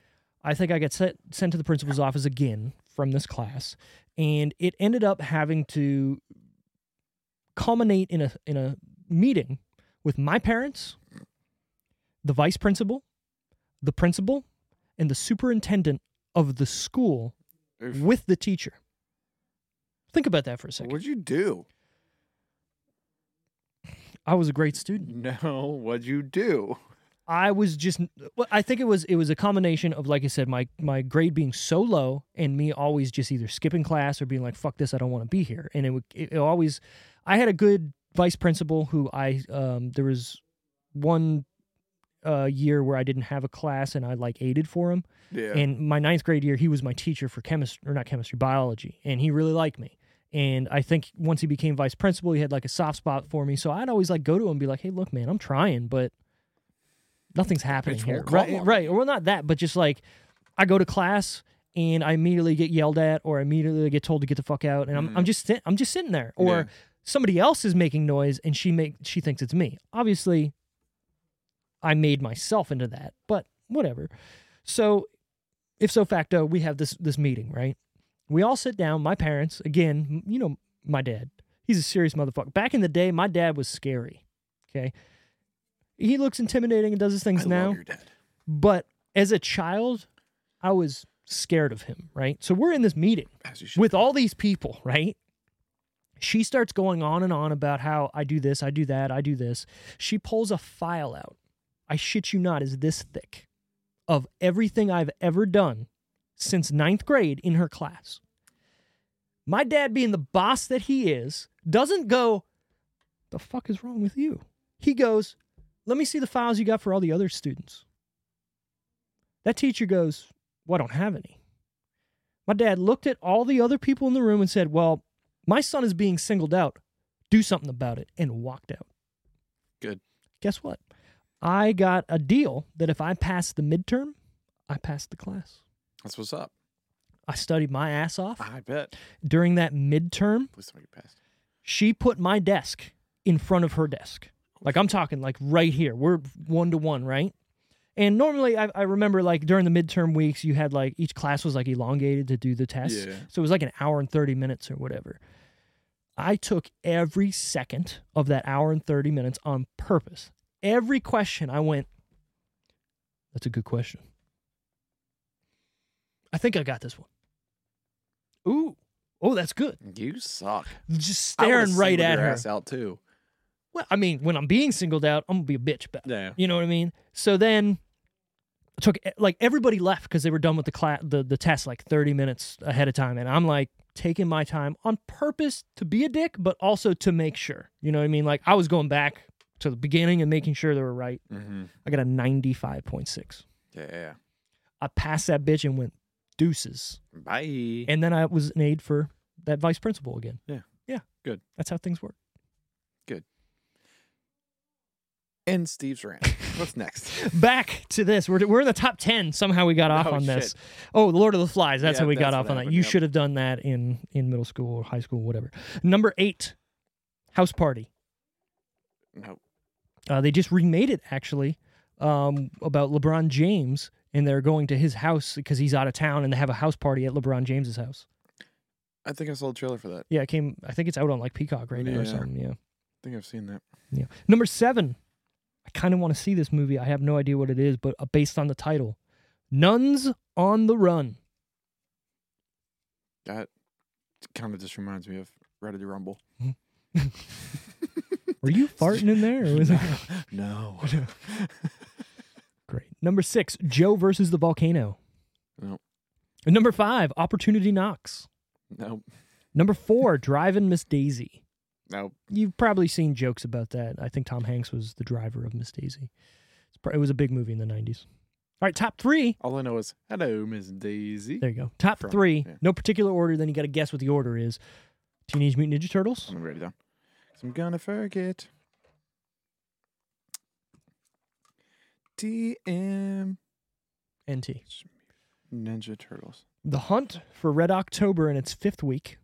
S3: I think I got set, sent to the principal's office again from this class, and it ended up having to culminate in a in a meeting with my parents, the vice principal, the principal, and the superintendent of the school
S4: Oof.
S3: with the teacher. Think about that for a second.
S4: What'd you do?
S3: I was a great student.
S4: No, what'd you do?
S3: I was just well, I think it was it was a combination of like I said my my grade being so low and me always just either skipping class or being like fuck this I don't want to be here and it would it, it always I had a good vice principal who I um there was one uh, year where I didn't have a class and I like aided for him.
S4: Yeah.
S3: And my ninth grade year, he was my teacher for chemistry, or not chemistry, biology, and he really liked me. And I think once he became vice principal, he had like a soft spot for me. So I'd always like go to him and be like, "Hey, look, man, I'm trying, but nothing's happening
S4: It's
S3: here."
S4: won't
S3: Right,
S4: come.
S3: right. Well, not that, but just like I go to class and I immediately get yelled at, or I immediately get told to get the fuck out, and I'm I'm just sit- I'm just sitting there, or
S4: Mm-hmm. Yeah.
S3: somebody else is making noise and she make she thinks it's me. Obviously, I made myself into that, but whatever. So, if so facto, we have this this meeting, right? We all sit down. My parents, again, m- you know, my dad. He's a serious motherfucker. Back in the day, my dad was scary. Okay, he looks intimidating and does his
S4: I
S3: things
S4: love
S3: now
S4: your dad.
S3: but as a child i was scared of him right so we're in this meeting
S4: As you should.
S3: with all these people right she starts going on and on about how i do this i do that i do this she pulls a file out i shit you not is this thick of everything i've ever done since ninth grade in her class my dad being the boss that he is doesn't go the fuck is wrong with you he goes let me see the files you got for all the other students that teacher goes, Well, I don't have any. My dad looked at all the other people in the room and said, Well, my son is being singled out. Do something about it. And walked out.
S4: Good.
S3: Guess what? I got a deal that if I passed the midterm, I passed the class.
S4: That's what's up.
S3: I studied my ass off.
S4: I bet.
S3: During that midterm,
S4: Please don't get past.
S3: she put my desk in front of her desk. Like I'm talking like right here. We're one to one, right? And normally I, I remember like during the midterm weeks, you had like each class was like elongated to do the test.
S4: Yeah.
S3: So it was like an hour and 30 minutes or whatever. I took every second of that hour and 30 minutes on purpose. Every question I went, that's a good question. I think I got this one. Ooh. Oh, that's good.
S4: You suck.
S3: Just
S4: I would've
S3: staring right
S4: singled
S3: at
S4: your
S3: her.
S4: Ass out too.
S3: Well, I mean, when I'm being singled out, I'm gonna be a bitch about it.
S4: Yeah.
S3: You know what I mean? So then I took eh, like everybody left because they were done with the class the, the test like 30 minutes ahead of time. And I'm like taking my time on purpose to be a dick, but also to make sure. You know what I mean? Like I was going back to the beginning and making sure they were right.
S4: Mm-hmm.
S3: I got a 95.6.
S4: Yeah.
S3: I passed that bitch and went deuces.
S4: Bye.
S3: And then I was an aide for that vice principal again.
S4: Yeah.
S3: Yeah.
S4: Good.
S3: That's how things work.
S4: And Steve's rant. What's
S3: (laughs)
S4: next?
S3: back to this. We're, we're in the top 10. Somehow we got off
S4: Oh,
S3: on
S4: shit.
S3: this. Oh, The Lord of the Flies. That's
S4: Yeah,
S3: how we got
S4: that's
S3: off
S4: what
S3: on that.
S4: happened,
S3: You
S4: yep.
S3: should have done that in, in middle school or high school, whatever. Number eight, House Party.
S4: No.
S3: Uh, they just remade it, actually, um, about LeBron James, and they're going to his house because he's out of town, and they have a house party at LeBron James's house.
S4: I think I saw the trailer for that. I
S3: Yeah, it came. I think it's out on like Peacock right now or
S4: Yeah.
S3: something. Yeah.
S4: think I've seen that.
S3: Yeah. Number seven. I kind of want to see this movie. I have no idea what it is, but uh, based on the title, Nuns on the Run.
S4: That kind of just reminds me of Ready to Rumble.
S3: Were you farting in there? Or was it?
S4: No. (laughs)
S3: Great. Number six, Joe versus the volcano.
S4: Nope.
S3: And number five, Opportunity Knocks.
S4: Nope. (laughs)
S3: Number four, Driving Miss Daisy.
S4: Nope.
S3: You've probably seen jokes about that. I think Tom Hanks was the driver of Miss Daisy. It's pro- It was a big movie in the 90s. All right, top three.
S4: All I know is, hello, Miss Daisy.
S3: There you go. Top
S4: From-
S3: three.
S4: yeah.
S3: No particular order. Then you got to guess what the order is. Teenage Mutant Ninja Turtles.
S4: I'm ready down. i I'm gonna forget. TM
S3: NT.
S4: Ninja Turtles.
S3: The Hunt for Red October in its fifth week.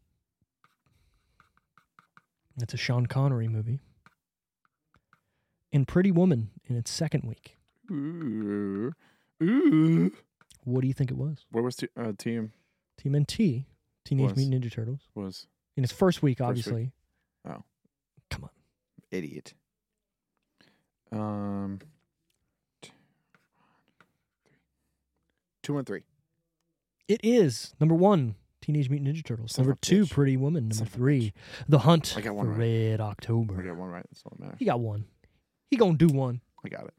S3: It's a Sean Connery movie. And Pretty Woman in its second week.
S4: Ooh. Ooh.
S3: What do you think it was?
S4: Where was t- uh, TM?
S3: Team NT, Teenage
S4: Was.
S3: Mutant Ninja Turtles.
S4: Was
S3: In its first week,
S4: week.
S3: obviously.
S4: Oh.
S3: Come on.
S4: idiot. Um. t- Two and three.
S3: It is number one, Teenage Mutant Ninja Turtles.
S4: Son of a
S3: number two,
S4: bitch.
S3: Pretty Woman. Number
S4: Son of a
S3: three, The Hunt
S4: I
S3: for
S4: got one right.
S3: Red
S4: I
S3: October.
S4: got one right. That's all that matters.
S3: He got one. He gonna do one.
S4: I got it.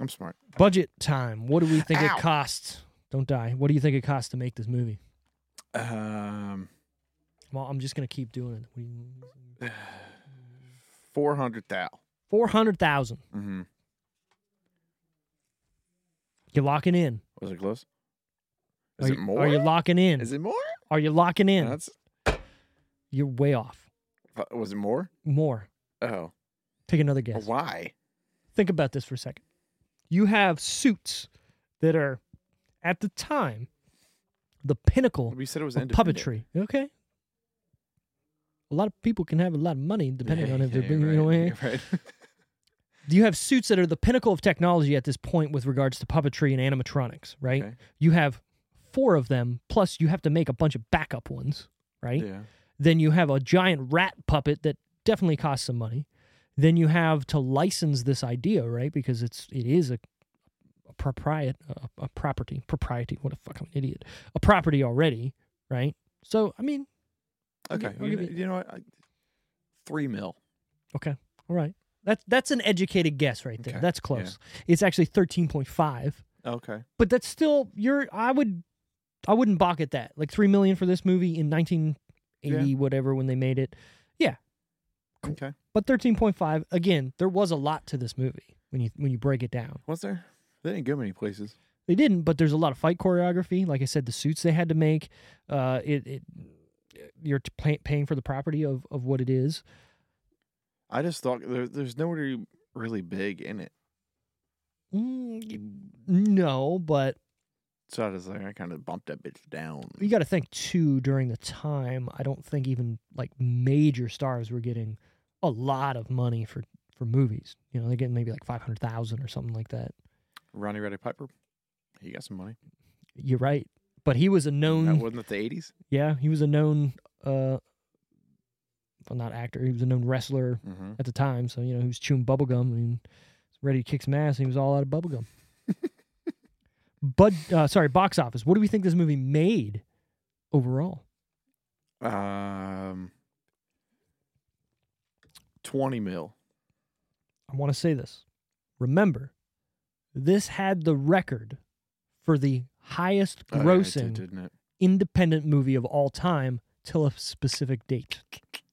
S4: I'm smart.
S3: Budget time. What do we think
S4: Ow.
S3: it costs? Don't die. What do you think it costs to make this movie?
S4: Um,
S3: Well, I'm just gonna keep doing it. We-
S4: four hundred thou.
S3: Four hundred thousand.
S4: Mm-hmm.
S3: You're locking in.
S4: Was it close?
S3: are
S4: Is
S3: you,
S4: it more?
S3: Are you locking in?
S4: Is it more?
S3: are you locking in?
S4: That's
S3: You're way off.
S4: fu- was it more?
S3: More.
S4: Oh,
S3: Take another
S4: Well,
S3: guess.
S4: why?
S3: Think about this for a second. You have suits that are, at the time, the pinnacle
S4: We said it was
S3: of
S4: independent.
S3: puppetry. Okay. A lot of people can have a lot of money depending
S4: Yeah,
S3: on if they're
S4: yeah,
S3: being,
S4: you're
S3: you know.
S4: right,
S3: eh.
S4: you're right.
S3: Do you have suits that are the pinnacle of technology at this point with regards to puppetry and animatronics, right?
S4: Okay.
S3: You have four of them, plus you have to make a bunch of backup ones, (laughs) right?
S4: yeah.
S3: Then you have a giant rat puppet that definitely costs some money. Then you have to license this idea, right? Because it's it is a, a propriet a, a property propriety. What a fuck, I'm an idiot. A property already, right? So I mean, I'll gi-
S4: Okay.
S3: I'll
S4: You,
S3: give
S4: know,
S3: you-
S4: you know what? I, three mil.
S3: Okay. All right. That's that's an educated guess right there.
S4: Okay.
S3: That's close. It's actually thirteen point five.
S4: Okay.
S3: But that's still you're I would I wouldn't balk at that. Like three million for this movie in nineteen eighty whatever when they made it. Cool.
S4: Okay.
S3: But thirteen point five, again, there was a lot to this movie when you when you break it down.
S4: Was there? They didn't go many places.
S3: They didn't, but there's a lot of fight choreography. Like I said, the suits they had to make. Uh, it, it you're t- pay, paying for the property of, of what it is.
S4: I just thought there, there's nobody really big in it.
S3: Mm, y- no, but
S4: So I was like, I kind of bumped that bitch down.
S3: you got to think too during the time i don't think even like major stars were getting a lot of money for for movies you know they're getting maybe like 500000 or something like that
S4: Ronnie Reddy Piper. He got some money.
S3: you're right but he was a
S4: That
S3: known
S4: wasn't it the 80s.
S3: yeah he was a known uh well not actor he was a known wrestler
S4: Mm-hmm.
S3: at the time so you know he was chewing bubble gum and ready to kick some ass and he was all out of bubble gum but uh, sorry box office what do we think this movie made overall
S4: Um, 20 mil.
S3: I want to say this. Remember, this had the record for the highest
S4: Oh, yeah, it did,
S3: grossing
S4: didn't it?
S3: independent movie of all time till a specific date.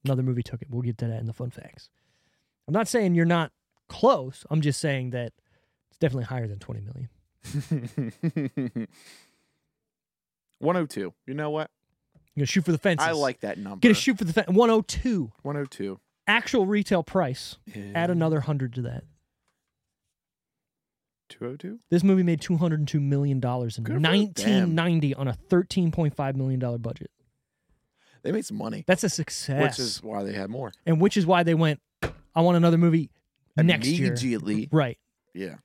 S3: Another movie took it. We'll get to that in the fun facts. I'm not saying you're not close. I'm just saying that it's definitely higher than 20 million.
S4: (laughs) 102. You know what?
S3: You're going to shoot for the fences.
S4: I like that number.
S3: Get a shoot for the fence. 102.
S4: 102.
S3: Actual retail price. Add another 100 to that.
S4: 202?
S3: This movie made $202 million in
S4: for
S3: 1990 on a $13.5 million budget.
S4: They made some money,
S3: That's a success.
S4: which is why they had more.
S3: and which is why they went, I want another movie next year.
S4: Immediately.
S3: Right.
S4: Yeah.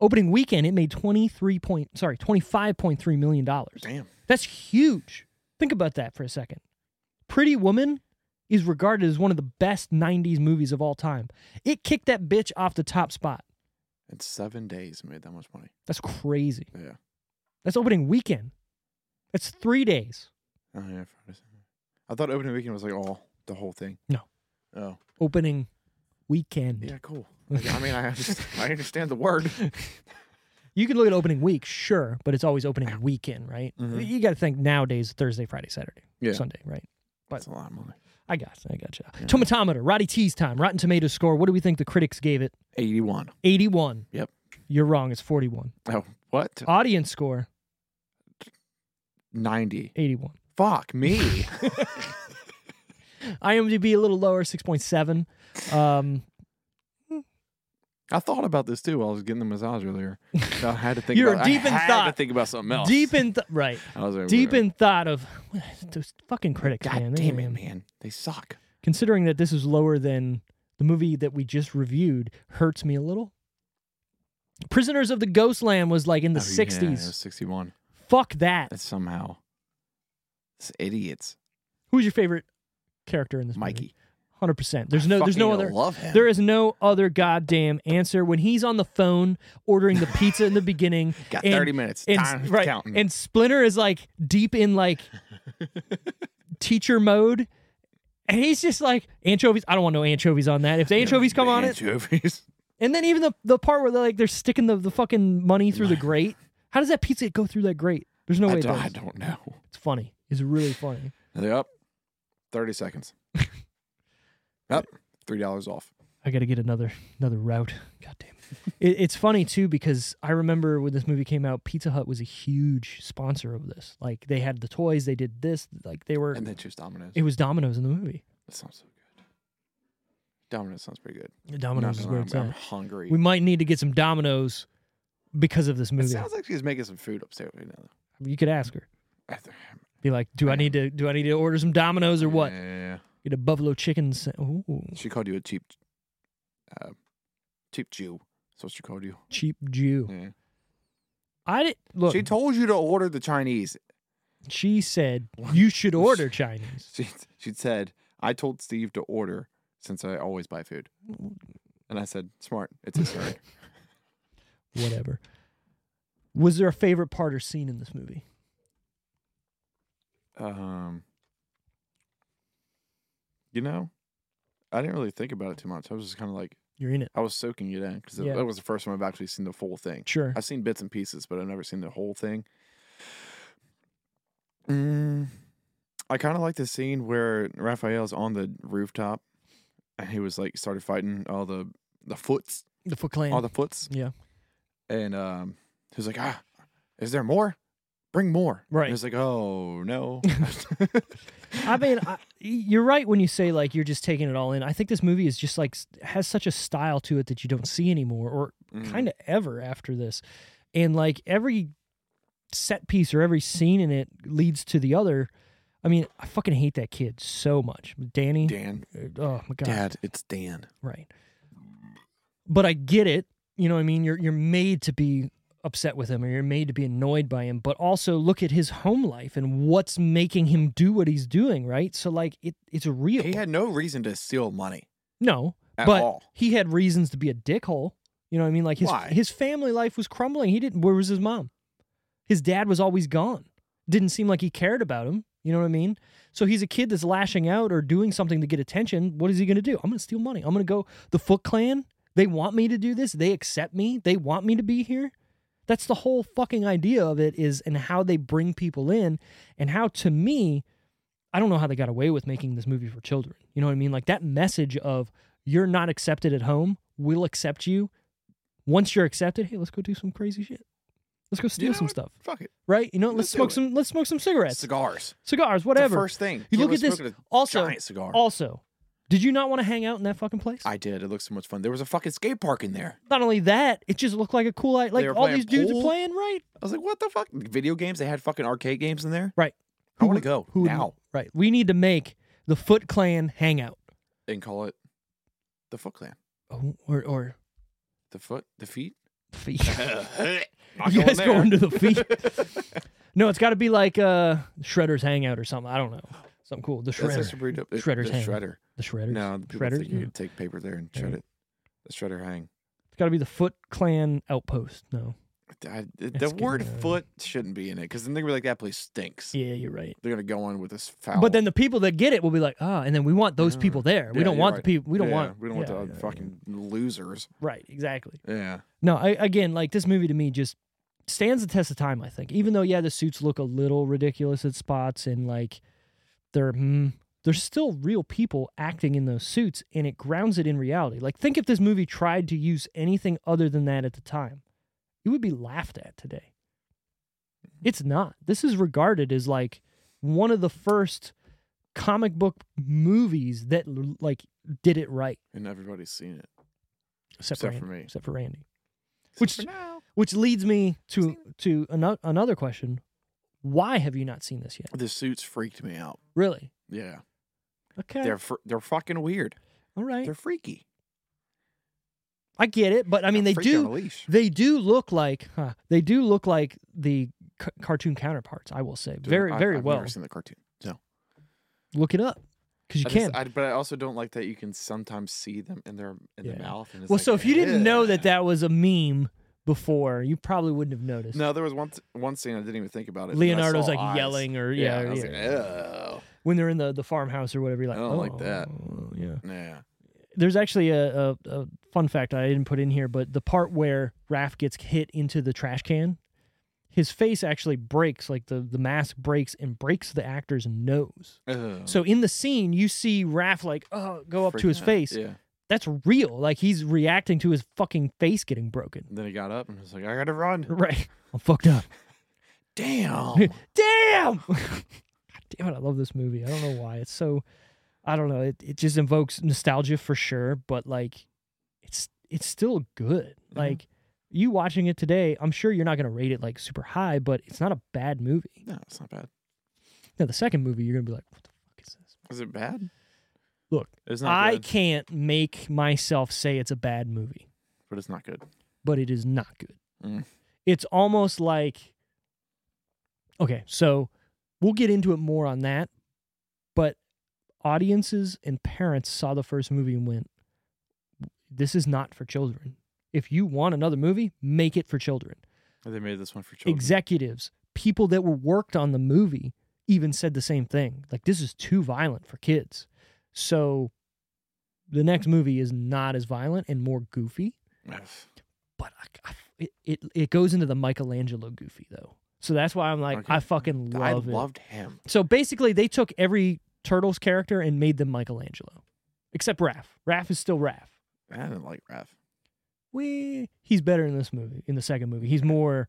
S3: Opening weekend, it made 23 point, sorry, $25.3 million.
S4: Damn.
S3: That's huge. Think about that for a second. Pretty Woman is regarded as one of the best 90s movies of all time. It kicked that bitch off the top spot.
S4: In seven days, made that much money.
S3: That's crazy.
S4: Yeah.
S3: That's opening weekend. That's three days.
S4: Oh, yeah. Friday, Saturday. I thought opening weekend was like all the whole thing.
S3: No.
S4: Oh.
S3: Opening weekend.
S4: Yeah,
S3: (laughs)
S4: cool. Like, I mean, I, just, I understand the word.
S3: You can look at opening week, sure, but it's always opening weekend, right?
S4: Mhm.
S3: You got to think nowadays Thursday, Friday, Saturday,
S4: Yeah.
S3: Sunday, right?
S4: That's a lot of money.
S3: I got, I got you. Tomatometer, Roddy T's time, Rotten Tomatoes score. What do we think the critics gave it?
S4: 81.
S3: Eighty-one.
S4: Yep.
S3: You're wrong. It's forty-one.
S4: Oh, what?
S3: Audience score
S4: 90.
S3: eighty-one.
S4: Fuck me.
S3: (laughs) IMDb a little lower, six point seven.
S4: (laughs)
S3: Um,
S4: I thought about this too while I was getting the massage
S3: (laughs)
S4: earlier. So I had to think.
S3: You're
S4: about,
S3: deep
S4: I
S3: in
S4: had to
S3: thought.
S4: think about something else.
S3: deep in th- right,
S4: I was like,
S3: deep in thought of (sighs) those fucking critics,
S4: God
S3: man. They-
S4: damn it, man! They suck.
S3: Considering that this is lower than the movie that we just reviewed, hurts me a little. Prisoners of the Ghostland was like in the
S4: Oh, yeah,
S3: '60s.
S4: it was Sixty-one.
S3: Fuck that.
S4: That's somehow. It's idiots.
S3: Who's your favorite character in this
S4: Mikey.
S3: Hundred percent. There's no. There's no
S4: Fucking
S3: other.
S4: Love him.
S3: There is no other goddamn answer when he's on the phone ordering the
S4: (laughs)
S3: pizza in the beginning.
S4: Got
S3: and-
S4: 30 minutes.
S3: And,
S4: Time's
S3: right,
S4: counting.
S3: And Splinter is like deep
S4: (laughs)
S3: in like teacher mode, and he's just like anchovies. I don't want no anchovies on that. If the anchovies come
S4: The
S3: on it,
S4: Anchovies.
S3: and then even the the part where they're like they're sticking the, the fucking money through the grate. How does that pizza go through that grate? There's (laughs) no
S4: I,
S3: way. it
S4: don't, I
S3: does.
S4: don't know.
S3: It's funny. It's really funny.
S4: They're up. Thirty
S3: (laughs)
S4: seconds. up. Three dollars off.
S3: I got to get another another route. God damn it. (laughs) it, it's funny too because I remember when this movie came out, Pizza Hut was a huge sponsor of this. Like they had the toys, they did this, like they were.
S4: And they chose Domino's.
S3: it was Domino's in the movie.
S4: that sounds so good. Domino's sounds pretty good. No,
S3: Domino's
S4: no,
S3: is
S4: no,
S3: where
S4: I'm,
S3: it's
S4: I'm
S3: at.
S4: hungry.
S3: We might need to get some Domino's because of this
S4: it
S3: movie.
S4: sounds like she's making some food upstairs right now.
S3: you could ask her.
S4: After,
S3: Be like, do I need to do I need to order some Domino's or what?
S4: Yeah.
S3: Get a buffalo chicken. Sa- Ooh,
S4: She called you a cheap, uh, cheap Jew. That's what she called you.
S3: cheap Jew.
S4: Yeah.
S3: I did look.
S4: She told you to order the Chinese. (laughs)
S3: she said you should order Chinese.
S4: She she said, "I told Steve to order since I always buy food," and I said, "Smart, it's
S3: (laughs)
S4: his turn."
S3: Whatever. Was there a favorite part or scene in this movie?
S4: um, you know, I didn't really think about it too much. I was just kind of like,
S3: You're in it.
S4: I was soaking it in because
S3: Yeah.
S4: that was the first time I've actually seen the full thing.
S3: Sure.
S4: I've seen bits and pieces, but I've never seen the whole thing. Mm, I kind of like the scene where Raphael's on the rooftop and he was like started fighting all the the foots,
S3: The Foot Clan.
S4: all the foots,
S3: (laughs) yeah. Mm.
S4: and um, he was like, "Ah, is there more? Bring more!"
S3: Right.
S4: And it's like, "Oh
S3: (laughs)
S4: no."
S3: I mean, I, you're right when you say like you're just taking it all in. I think this movie is just like s- has such a style to it that you don't see anymore, or
S4: Mm.
S3: kind of ever after this. And like every set piece or every scene in it leads to the other. I mean, I fucking hate that kid so much, Danny.
S4: Dan,
S3: uh, Oh my god,
S4: Dad, it's Dan.
S3: right. But I get it. You know what I mean? You're you're made to be upset with him or you're made to be annoyed by him, but also look at his home life and what's making him do what he's doing, right? So like it it's real.
S4: He had no reason to steal money
S3: no,
S4: at
S3: but
S4: all.
S3: he had reasons to be a dickhole. You know what I mean? Like his
S4: Why?
S3: his family life was crumbling. He didn't. Where was his mom? His dad was always gone. Didn't seem like he cared about him. You know what I mean? So he's a kid that's lashing out or doing something to get attention. What is he going to do? I'm going to steal money. I'm going to go. The Foot Clan. They want me to do this. They accept me. They want me to be here. That's the whole fucking idea of it is and how they bring people in and how to me I don't know how they got away with making this movie for children. You know what I mean? Like that message of you're not accepted at home, we'll accept you. Once you're accepted, hey, let's go do some crazy shit. Let's go steal
S4: You know
S3: some
S4: what?
S3: stuff,
S4: Fuck it.
S3: right? You know, let's,
S4: Let's do
S3: smoke
S4: it.
S3: some let's smoke some cigarettes,
S4: Cigars.
S3: cigars, whatever.
S4: The first thing. Kid
S3: you look at
S4: was
S3: this
S4: smoking a
S3: also
S4: giant cigar.
S3: also did you not want to hang out in that fucking place?
S4: I did. It looked so much fun. There was a fucking skate park in there.
S3: not only that, it just looked like a cool i- like
S4: were
S3: all
S4: playing
S3: these dudes are
S4: pool?
S3: playing, right?
S4: I was like, what the fuck? Video games? They had fucking arcade games in there?
S3: Right.
S4: I
S3: Who
S4: want to
S3: would-
S4: go
S3: Who would-
S4: now
S3: Right. We need to make the Foot Clan hangout.
S4: and call it the Foot Clan.
S3: Oh, or or
S4: The foot, the (laughs) feet.
S3: feet.
S4: Not
S3: (laughs) you
S4: going
S3: guys
S4: there.
S3: going to the feet?
S4: (laughs)
S3: no, it's got to be like uh, Shredder's Hangout or something. I don't know. Something cool. The
S4: That's
S3: Shredder.
S4: actually pretty dope. It-
S3: Shredder's
S4: the
S3: hang.
S4: shredder.
S3: the Shredders.
S4: No, the people
S3: Shredders?
S4: think you
S3: No.
S4: can take paper there and
S3: Yeah.
S4: shred it. The shredder hang.
S3: It's got to be the Foot Clan Outpost. No.
S4: I, the
S3: That's good,
S4: word
S3: uh,
S4: foot shouldn't be in it because then they're gonna be like, that place stinks.
S3: Yeah, you're right.
S4: They're gonna go in with this foul.
S3: But then the people that get it will be like, ah, and then we want those people there. we
S4: Yeah,
S3: don't
S4: you're
S3: want
S4: right.
S3: the people. We don't
S4: Yeah,
S3: want.
S4: We don't want
S3: yeah,
S4: the
S3: yeah, yeah.
S4: fucking losers.
S3: Right, exactly.
S4: Yeah.
S3: No, I, again, like this movie to me just stands the test of time. I think, even though yeah, the suits look a little ridiculous at spots, and like they're mm, they're still real people acting in those suits, and it grounds it in reality. Like, think if this movie tried to use anything other than that at the time, it would be laughed at today.
S4: Mm-hmm.
S3: It's not. This is regarded as like one of the first comic book movies that like did it right,
S4: And everybody's seen it. Except
S3: except, for,
S4: for
S3: Randy,
S4: me.
S3: except for Randy.
S4: Except
S3: Which-
S4: for now.
S3: Which leads me to to ano- another question: Why have you not seen this yet?
S4: The suits freaked me out.
S3: Really?
S4: Yeah,
S3: Okay.
S4: they're fr- they're fucking weird.
S3: All right.
S4: They're freaky.
S3: I get it, but I mean, they
S4: They're freaky on a
S3: do
S4: leash.
S3: they do look like huh, they do look like the c- cartoon counterparts. I will say
S4: Dude,
S3: very
S4: I-
S3: very
S4: I've
S3: well.
S4: Never seen the cartoon. No,
S3: Look it up because you
S4: I
S3: can.
S4: Just, I, but I also don't like that you can sometimes see them in their in
S3: Yeah.
S4: the mouth. And it's
S3: well,
S4: like,
S3: so if you didn't know that
S4: "Ugh."
S3: that was a meme before, you probably wouldn't have noticed.
S4: No, there was one one scene I didn't even think about it. and I
S3: Leonardo's
S4: saw
S3: like
S4: eyes.
S3: yelling or
S4: Yeah,
S3: yeah,
S4: and I was
S3: yeah.
S4: like, "Oh,
S3: when they're in the, the farmhouse or whatever. You're like,
S4: I don't like
S3: "Oh,
S4: that."
S3: Yeah.
S4: "Ugh." yeah,
S3: there's actually a, a, a fun fact I didn't put in here, but the part where Raph gets hit into the trash can, his face actually breaks, like the, the mask breaks and breaks the actor's nose.
S4: Ugh.
S3: So in the scene, you see Raph like, oh, go up
S4: Freaking
S3: to his
S4: out.
S3: face.
S4: Yeah,
S3: That's real. Like he's reacting to his fucking face getting broken. (laughs)
S4: And then he got up and was like, I gotta run.
S3: Right. I'm fucked up. (laughs)
S4: Damn.
S3: Damn. (laughs) God damn it. I love this movie. I don't know why. It's so I don't know. It it just invokes nostalgia for sure, but like it's it's still good.
S4: Mm-hmm.
S3: Like you watching it today, I'm sure you're not gonna rate it like super high, but it's not a bad movie.
S4: no, it's not bad.
S3: Now the second movie you're gonna be like, what the fuck is this?
S4: Is it bad?
S3: Look,
S4: It's not
S3: I
S4: good.
S3: can't make myself say it's a bad movie.
S4: But it's not good.
S3: but it is not good.
S4: Mm.
S3: It's almost like okay, so we'll get into it more on that, but audiences and parents saw the first movie and went, "This is not for children." If you want another movie, make it for children.
S4: They made this one for children.
S3: Executives, people that were worked on the movie, even said the same thing. Like this is too violent for kids. So the next movie is not as violent and more goofy but I, I, it, it it goes into the Michelangelo goofy though. So that's why I'm like
S4: Okay.
S3: I fucking love
S4: I
S3: it.
S4: loved him.
S3: so basically, they took every turtles character and made them Michelangelo, except Raph. Raph is still Raph.
S4: I didn't like Raph.
S3: We he's better in this movie. In the second movie, he's more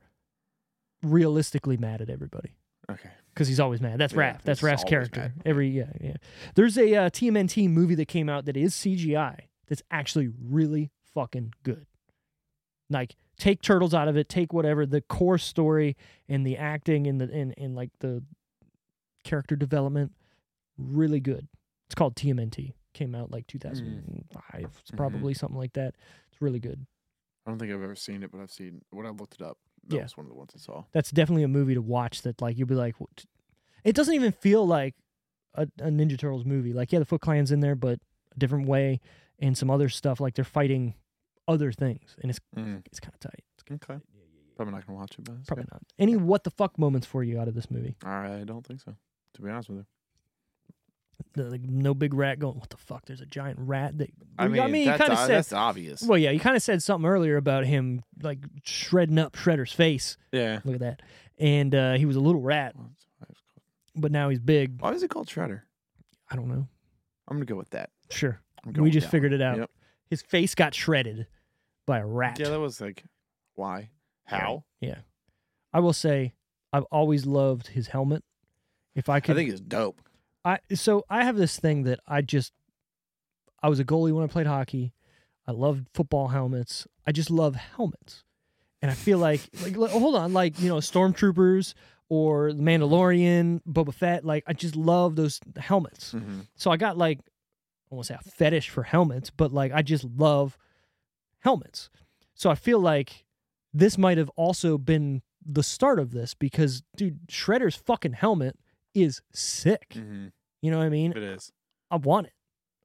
S3: realistically mad at everybody
S4: Okay.
S3: because he's always mad. That's
S4: Yeah,
S3: Raph. That's
S4: he's
S3: Raph's
S4: always
S3: character.
S4: mad.
S3: Every yeah yeah. There's a uh, TMNT movie that came out that is CGI that's actually really fucking good. Like take turtles out of it, take whatever the core story and the acting and the and, and like the character development, really good. It's called TMNT. Came out like 2005, It's
S4: Mm-hmm.
S3: probably something like that. It's really good.
S4: I don't think I've ever seen it, but I've seen when I looked it up. That
S3: Yeah.
S4: was one of the ones I saw.
S3: that's definitely a movie to watch that like you'll be like what? it doesn't even feel like a, a ninja turtles movie like yeah the foot clan's in there but a different way and some other stuff like they're fighting other things and it's it's kind of tight it's kinda,
S4: Mm, Okay. Probably not gonna watch it, but it's
S3: probably
S4: okay.
S3: not any what the fuck moments for you out of this movie
S4: I don't think so. To be honest with you,
S3: The- like no big rat going what the fuck there's a giant rat that
S4: I mean,
S3: you
S4: that's,
S3: kind of
S4: o-
S3: said
S4: that's obvious.
S3: well yeah you kind of said something earlier about him like shredding up shredder's face
S4: yeah.
S3: look at that and uh, he was a little rat
S4: Well, that's why it's called-
S3: but now he's big
S4: Why is it called Shredder?
S3: i don't know
S4: I'm gonna go with that.
S3: sure
S4: I'm going
S3: We
S4: with
S3: just
S4: that
S3: figured
S4: one.
S3: it out.
S4: Yep.
S3: His face got shredded by a rat.
S4: Yeah, that was like, why? How?
S3: Yeah. I will say I've always loved his helmet. If I
S4: I
S3: could
S4: think it's dope.
S3: I so I have this thing that I just I was a goalie when I played hockey. I loved football helmets. I just love helmets. And I
S4: (laughs)
S3: feel like like li- hold on, like, you know, stormtroopers or the Mandalorian, Boba Fett, like I just love those helmets.
S4: Mhm.
S3: So I got like, I won't say a fetish for helmets, but like I just love helmets. So I feel like this might have also been the start of this because, dude, Shredder's fucking helmet is sick.
S4: Mhm.
S3: You know what I mean?
S4: It is.
S3: I want it.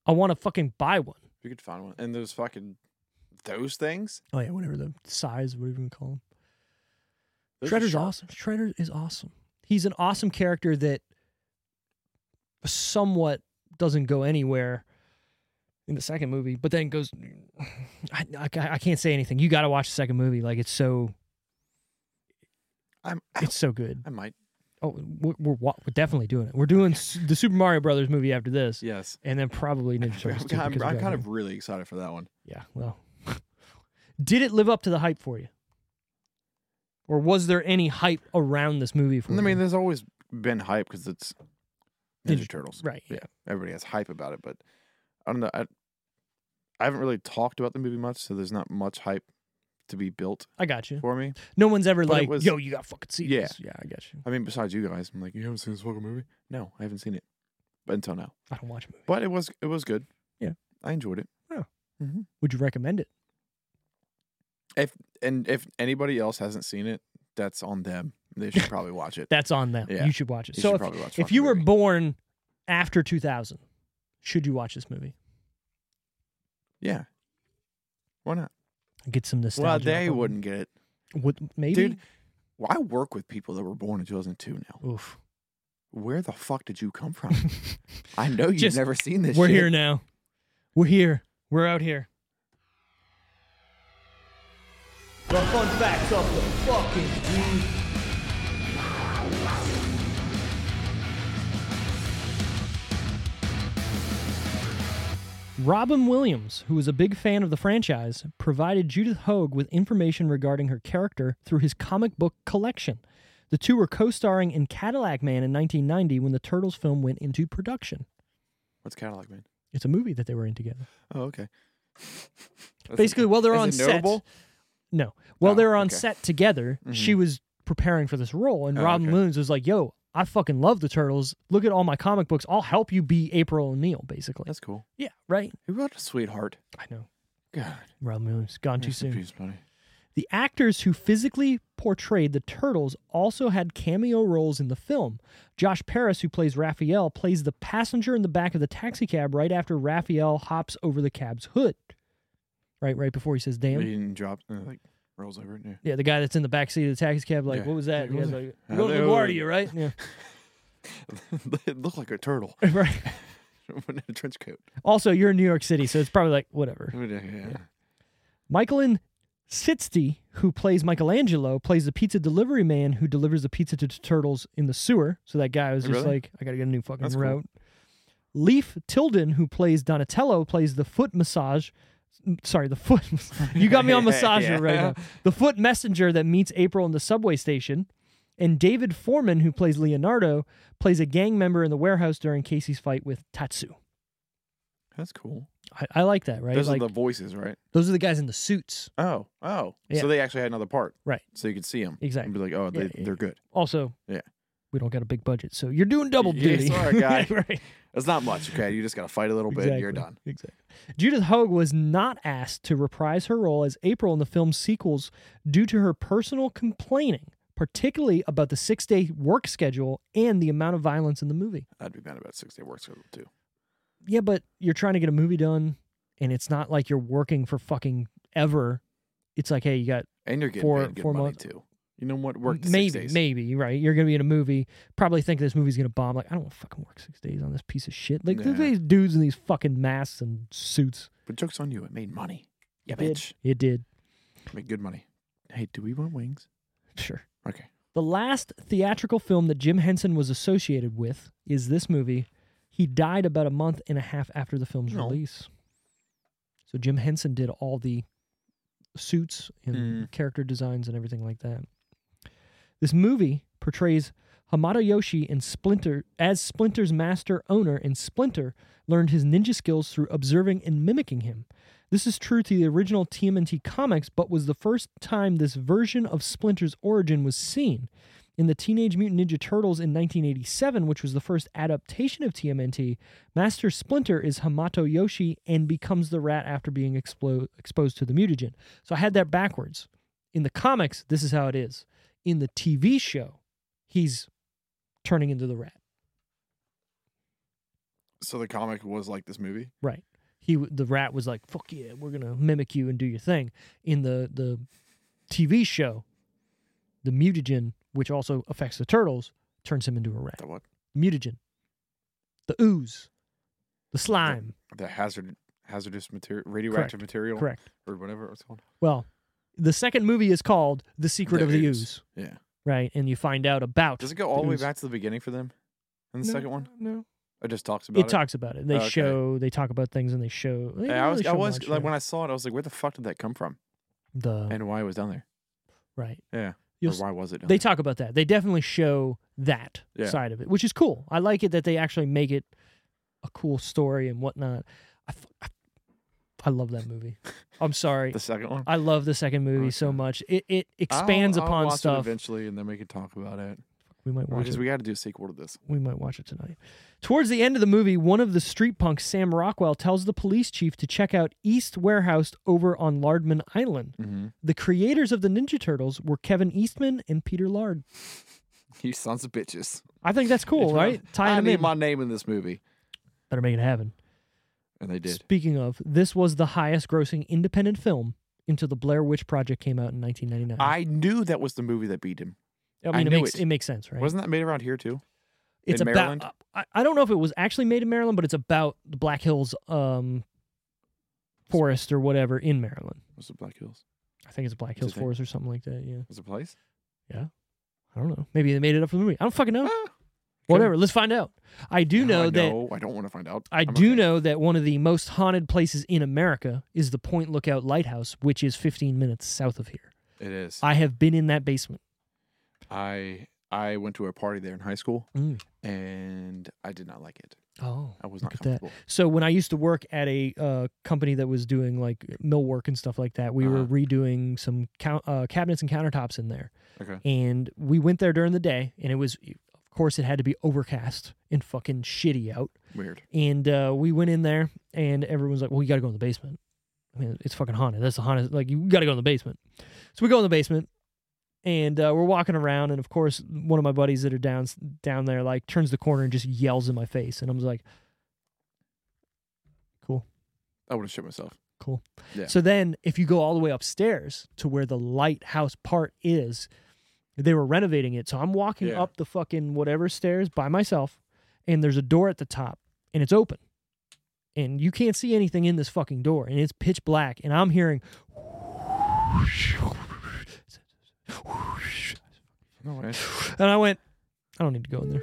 S3: I want to fucking buy one.
S4: We could find one. And those fucking those things.
S3: Oh yeah, whatever the size, whatever you call them.
S4: Those are
S3: Shredder's
S4: sharp.
S3: awesome. Shredder is awesome. He's an awesome character that somewhat doesn't go anywhere in the second movie, but then goes. (sighs) I, I, I can't say anything. You got to watch the second movie. Like it's so
S4: I'm, I,
S3: it's so good.
S4: I might.
S3: Oh, we're we're, wa- we're definitely doing it. We're doing s- the Super Mario Brothers movie after this,
S4: Yes.
S3: and then probably
S4: (laughs)
S3: Ninja
S4: I'm,
S3: Turtles. too,
S4: I'm-
S3: because we
S4: I'm
S3: got
S4: kind
S3: it.
S4: of really excited for that one.
S3: yeah. Well, (laughs) did it live up to the hype for you, or was there any hype around this movie for
S4: I
S3: you?
S4: mean, there's always been hype because it's Ninja
S3: Mm-hmm. Ninja-
S4: Turtles.
S3: right?
S4: Yeah, everybody has hype about it, but I don't know. I, I haven't really talked about the movie much, so there's not much hype to be built
S3: I got you.
S4: for me.
S3: No one's ever
S4: But it
S3: like,
S4: was-
S3: yo, you got fucking see
S4: Yeah.
S3: this. Yeah, I got you.
S4: I mean, besides you guys, I'm like, you haven't seen this fucking movie? No, I haven't seen it, but until now.
S3: I don't watch movies.
S4: But it was it was good.
S3: Yeah.
S4: I enjoyed it.
S3: Yeah.
S4: hmm
S3: Would you recommend it?
S4: And if anybody else hasn't seen it, that's on them. They
S3: (laughs)
S4: should probably watch it.
S3: That's on them.
S4: Yeah.
S3: You should watch it.
S4: They
S3: so
S4: should
S3: if,
S4: probably watch
S3: if
S4: fucking
S3: you were
S4: movie.
S3: born after 2000, should you watch this movie?
S4: yeah, why not?
S3: Get some nostalgia.
S4: Well,
S3: off
S4: they
S3: of it.
S4: wouldn't get it,
S3: Would, maybe.
S4: dude. Well, I work with people that were born in 2002 now.
S3: Oof.
S4: Where the fuck did you come
S3: (laughs)
S4: from? I know you've
S3: Just-
S4: never seen this.
S3: We're
S4: shit.
S3: here now. We're here. We're out here.
S5: The fun facts of the fucking week.
S3: Robin Williams, who was a big fan of the franchise, provided Judith Hogue with information regarding her character through his comic book collection. The two were co starring in Cadillac Man in 1990 when the Turtles film went into production.
S4: What's Cadillac Man?
S3: It's a movie that they were in together.
S4: Oh, okay. That's-
S3: (laughs) Basically, while they're
S4: is
S3: on
S4: it
S3: set,
S4: notable?
S3: no, while
S4: Oh,
S3: they were on
S4: okay. Mm-hmm.
S3: set together, she was preparing for this role, and
S4: Oh,
S3: Robin
S4: okay.
S3: Williams was like, "Yo, I fucking love the Turtles. Look at all my comic books. I'll help you be April O'Neil." Basically,
S4: That's cool.
S3: yeah, right.
S4: Who wrote a sweetheart?
S3: I know
S4: God,
S3: Robin Williams gone too
S4: rest in
S3: soon.
S4: peace, buddy.
S3: The actors who physically portrayed the turtles also had cameo roles in the film. Josh Paris, who plays Raphael, plays the passenger in the back of the taxi cab right after Raphael hops over the cab's hood. Right, right before he says
S4: He
S3: "damn."
S4: didn't drop. uh, like rolls over it. Yeah.
S3: Yeah, the guy that's in the back seat of the taxi cab, like,
S4: Yeah.
S3: what was
S4: Like,
S3: that? The
S4: what
S3: guy's
S4: was
S3: like,
S4: that?
S3: "You're going to
S4: Uh,
S3: LaGuardia, right? Yeah.
S4: (laughs) it looked like a (laughs) turtle
S3: (laughs) right.
S4: in a trench coat.
S3: Also, you're in New York City, so it's probably like whatever.
S4: (laughs) Yeah. yeah.
S3: Michaelin Sitzti, who plays Michelangelo, plays the pizza delivery man who delivers the pizza to the turtles in the sewer. So that guy was
S4: Oh,
S3: just
S4: really?
S3: like, I gotta get a new fucking
S4: That's cool.
S3: route. Leaf Tilden, who plays Donatello, plays the foot massage. Sorry, the foot. (laughs) you got me on
S4: (laughs)
S3: massage
S4: Yeah.
S3: right now. The foot messenger that meets April in the subway station. And David Foreman, who plays Leonardo, plays a gang member in the warehouse during Casey's fight with Tatsu.
S4: That's cool.
S3: I, I like that, right?
S4: Those
S3: Like,
S4: are the voices, right?
S3: those are the guys in the suits.
S4: Oh, oh.
S3: Yeah.
S4: So they actually had another part,
S3: Right.
S4: So you could see them.
S3: Exactly.
S4: And be like, oh, they,
S3: Yeah, yeah,
S4: they're good.
S3: Also,
S4: Yeah.
S3: we don't got a big budget, so you're doing double
S4: Yeah,
S3: duty.
S4: sorry,
S3: (laughs)
S4: guy.
S3: right.
S4: It's not much, okay? You just got to fight a little bit. You're done.
S3: Exactly. Judith Hogue was not asked to reprise her role as April in the film's sequels due to her personal complaining, particularly about the six-day work schedule and the amount of violence in the movie.
S4: I'd be mad about six day work schedule too.
S3: Yeah, but you're trying to get a movie done, and it's not like you're working for fucking ever. It's like, hey, you got
S4: And you're getting
S3: Four-
S4: paid good
S3: four
S4: money
S3: months.
S4: too. You know what? Work the
S3: maybe,
S4: six days.
S3: maybe right. You're gonna be in a movie. Probably think this movie's gonna bomb. Like I don't want to fucking work six days on this piece of shit. Like
S4: Nah.
S3: these dudes in these fucking masks and suits.
S4: But jokes on you. It made money. Yeah,
S3: It did.
S4: bitch.
S3: It did.
S4: Made good money. Hey, do we want wings?
S3: Sure.
S4: Okay.
S3: The last theatrical film that Jim Henson was associated with is this movie. He died about a month and a half after the film's
S4: No.
S3: release. So Jim Henson did all the suits and character designs and everything like that. This movie portrays Hamada Yoshi and Splinter as Splinter's master owner, and Splinter learned his ninja skills through observing and mimicking him. This is true to the original TMNT comics, but was the first time this version of Splinter's origin was seen. In the Teenage Mutant Ninja Turtles in 1987, which was the first adaptation of TMNT, Master Splinter is Hamato Yoshi and becomes the rat after being explo- exposed to the mutagen. So I had that backwards. In the comics, this is how it is. In the TV show, he's turning into the rat.
S4: So the comic was like this movie.
S3: Right. He w- the rat was like, "Fuck yeah, we're gonna mimic you and do your thing." In the the TV show, the mutagen, which also affects the turtles, turns him into a rat.
S4: The what?
S3: Mutagen, the ooze, the slime.
S4: The hazard, hazardous material, radioactive material,
S3: Correct.
S4: or whatever it's called.
S3: Well, the second movie is called "The Secret
S4: The
S3: of the
S4: Ooze.
S3: Ooze,"
S4: Yeah.
S3: right? And you find out about.
S4: Does it go all the way
S3: ooze.
S4: back to the beginning for them? In the
S3: No,
S4: second one,
S3: No,
S4: it just talks
S3: it,
S4: about it.
S3: talks about it. They
S4: Okay.
S3: show, they talk about things, and they show. they
S4: Yeah,
S3: don't
S4: I was,
S3: really
S4: I
S3: show
S4: was
S3: much,
S4: like,
S3: yeah.
S4: when I saw it, I was like, where the fuck did that come from,
S3: the
S4: and why it was down there?
S3: right.
S4: Yeah.
S3: You'll
S4: or
S3: s-
S4: why was it? Down there?
S3: they talk about that. They definitely show that
S4: Yeah.
S3: side of it, which is cool. I like it that they actually make it a cool story and whatnot. I, f- I, I love that movie. I'm
S4: (laughs)
S3: sorry.
S4: the second one.
S3: I love the second movie so
S4: Okay.
S3: much. It it expands
S4: I'll- I'll
S3: upon
S4: watch it
S3: stuff.
S4: eventually, and then we can talk about it
S3: We might watch
S4: because
S3: it.
S4: we got to do a sequel to this. (laughs)
S3: we might watch it tonight. Towards the end of the movie, one of the street punks, Sam Rockwell, tells the police chief to check out East Warehouse over on Lardman Island.
S4: Mm-hmm.
S3: The creators of the Ninja Turtles were Kevin Eastman and Peter Lard.
S4: You sons of bitches!
S3: I think that's cool, right? Tying
S4: I
S3: them
S4: need
S3: in.
S4: my name in this movie,
S3: Better make it happen.
S4: and they did.
S3: Speaking of, this was the highest grossing independent film until the Blair Witch Project came out in 1999.
S4: I knew that was the movie that beat him.
S3: I
S4: I
S3: mean, it
S4: knew
S3: makes
S4: it.
S3: it. makes sense, right?
S4: Wasn't that made around here too?
S3: it's
S4: in
S3: about uh,
S4: Maryland?
S3: I, I don't know if it was actually made in Maryland, but it's about the Black Hills um forest or whatever in Maryland.
S4: Was it Black Hills?
S3: I think it's Black
S4: Is it
S3: Hills
S4: there?
S3: Forest or something like that, yeah.
S4: Was it a place?
S3: I don't know. Maybe they made it up for the movie. I don't fucking know.
S4: Ah,
S3: Whatever. Let's find out. I do know
S4: I
S3: that
S4: know, I don't want to find out.
S3: I
S4: I'm
S3: do
S4: okay.
S3: know that one of the most haunted places in America is the Point Lookout Lighthouse, which is 15 minutes south of here.
S4: It is.
S3: I have been in that basement.
S4: I I went to a party there in high school
S3: Mm.
S4: and I did not like it.
S3: Oh,
S4: I was not
S3: look at
S4: comfortable.
S3: that. So when I used to work at a uh, company that was doing like mill work and stuff like that, we were
S4: Uh-huh.
S3: redoing some count, uh, cabinets and countertops in there,
S4: Okay.
S3: and we went there during the day, and it was, of course, it had to be overcast and fucking shitty out.
S4: Weird.
S3: And uh, we went in there, and everyone's like, "Well, you got to go in the basement. I mean, it's fucking haunted. That's the haunted. Like, you got to go in the basement." So we go in the basement, and uh, we're walking around, and of course, one of my buddies that are down down there like turns the corner and just yells in my face, and I'm just like, "Cool,
S4: I would have shit myself.
S3: cool."
S4: Yeah.
S3: So then, if you go all the way upstairs to where the lighthouse part is, they were renovating it. So I'm walking
S4: Yeah.
S3: up the fucking whatever stairs by myself, and there's a door at the top, and it's open. And you can't see anything in this fucking door, and it's pitch black, and I'm hearing.
S4: No way.
S3: (laughs) And I went, I don't need to go in there.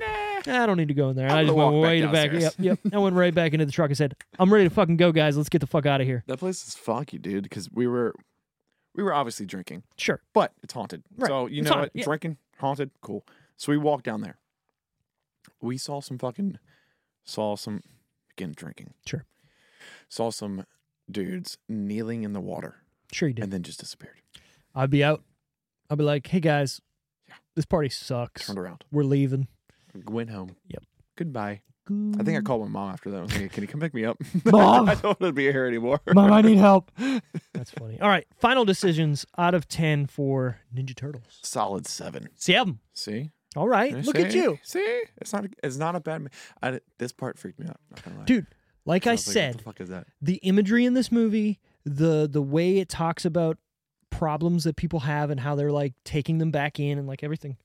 S3: I don't need to go in there. And I
S4: I'm
S3: just
S4: gonna
S3: went
S4: walk back
S3: way to back. Yep,
S4: downstairs.
S3: yep. I went right back into the truck and said, I'm ready to fucking go, guys. Let's get the fuck out of here.
S4: That place is funky, dude, because we were we were obviously drinking,
S3: Sure.
S4: but it's haunted.
S3: Right.
S4: So you
S3: It's
S4: know
S3: haunted,
S4: what?
S3: yeah.
S4: Drinking, haunted, cool. So we walked down there. We saw some fucking saw some again drinking.
S3: Sure.
S4: Saw some dudes kneeling in the water
S3: Sure you did.
S4: and then just disappeared.
S3: I'd be out. I'd be like, hey, guys, this party sucks.
S4: Turned around.
S3: We're leaving.
S4: Went home.
S3: Yep.
S4: Goodbye. I think I called my mom after that. I was like, "Can you come pick me up?" (laughs)
S3: Mom!
S4: I don't want to be here anymore.
S3: Mom, I need help. (laughs) That's funny. All right. Final decisions out of 10 for Ninja Turtles.
S4: Solid seven.
S3: Seven.
S4: See,
S3: All right.
S4: I
S3: Look at
S4: see?
S3: you.
S4: See, it's not. It's not a bad. ma- I, di- this part freaked me out. Not gonna lie.
S3: Dude, like I
S4: was like,
S3: said,
S4: what the fuck is that?
S3: the imagery in this movie, the the way it talks about problems that people have and how they're like taking them back in and like everything.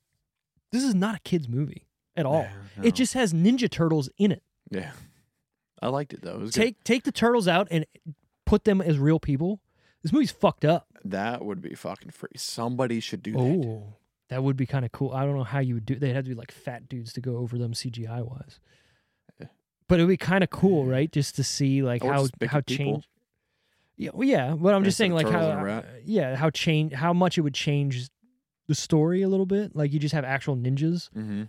S3: This is not a kids movie at all.
S4: No, no.
S3: It just has Ninja Turtles in it. (laughs)
S4: Yeah, I liked it though. It was good.
S3: Take take the turtles out and put them as real people. This movie's fucked up.
S4: that would be fucking free. Somebody should do that.
S3: Oh, that would be kind of cool. I don't know how you would do. They'd have to be like fat dudes to go over them CGI wise.
S4: Eh.
S3: But it would be kind of cool, right? Just to see like
S4: Or
S3: how
S4: just make
S3: how
S4: it people.
S3: change. Yeah, well, yeah. But I'm just
S4: Instead
S3: saying,
S4: of
S3: like
S4: turtles
S3: how
S4: and a rat.
S3: yeah how change how much it would change the story a little bit. Like you just have actual ninjas.
S4: Mm-hmm.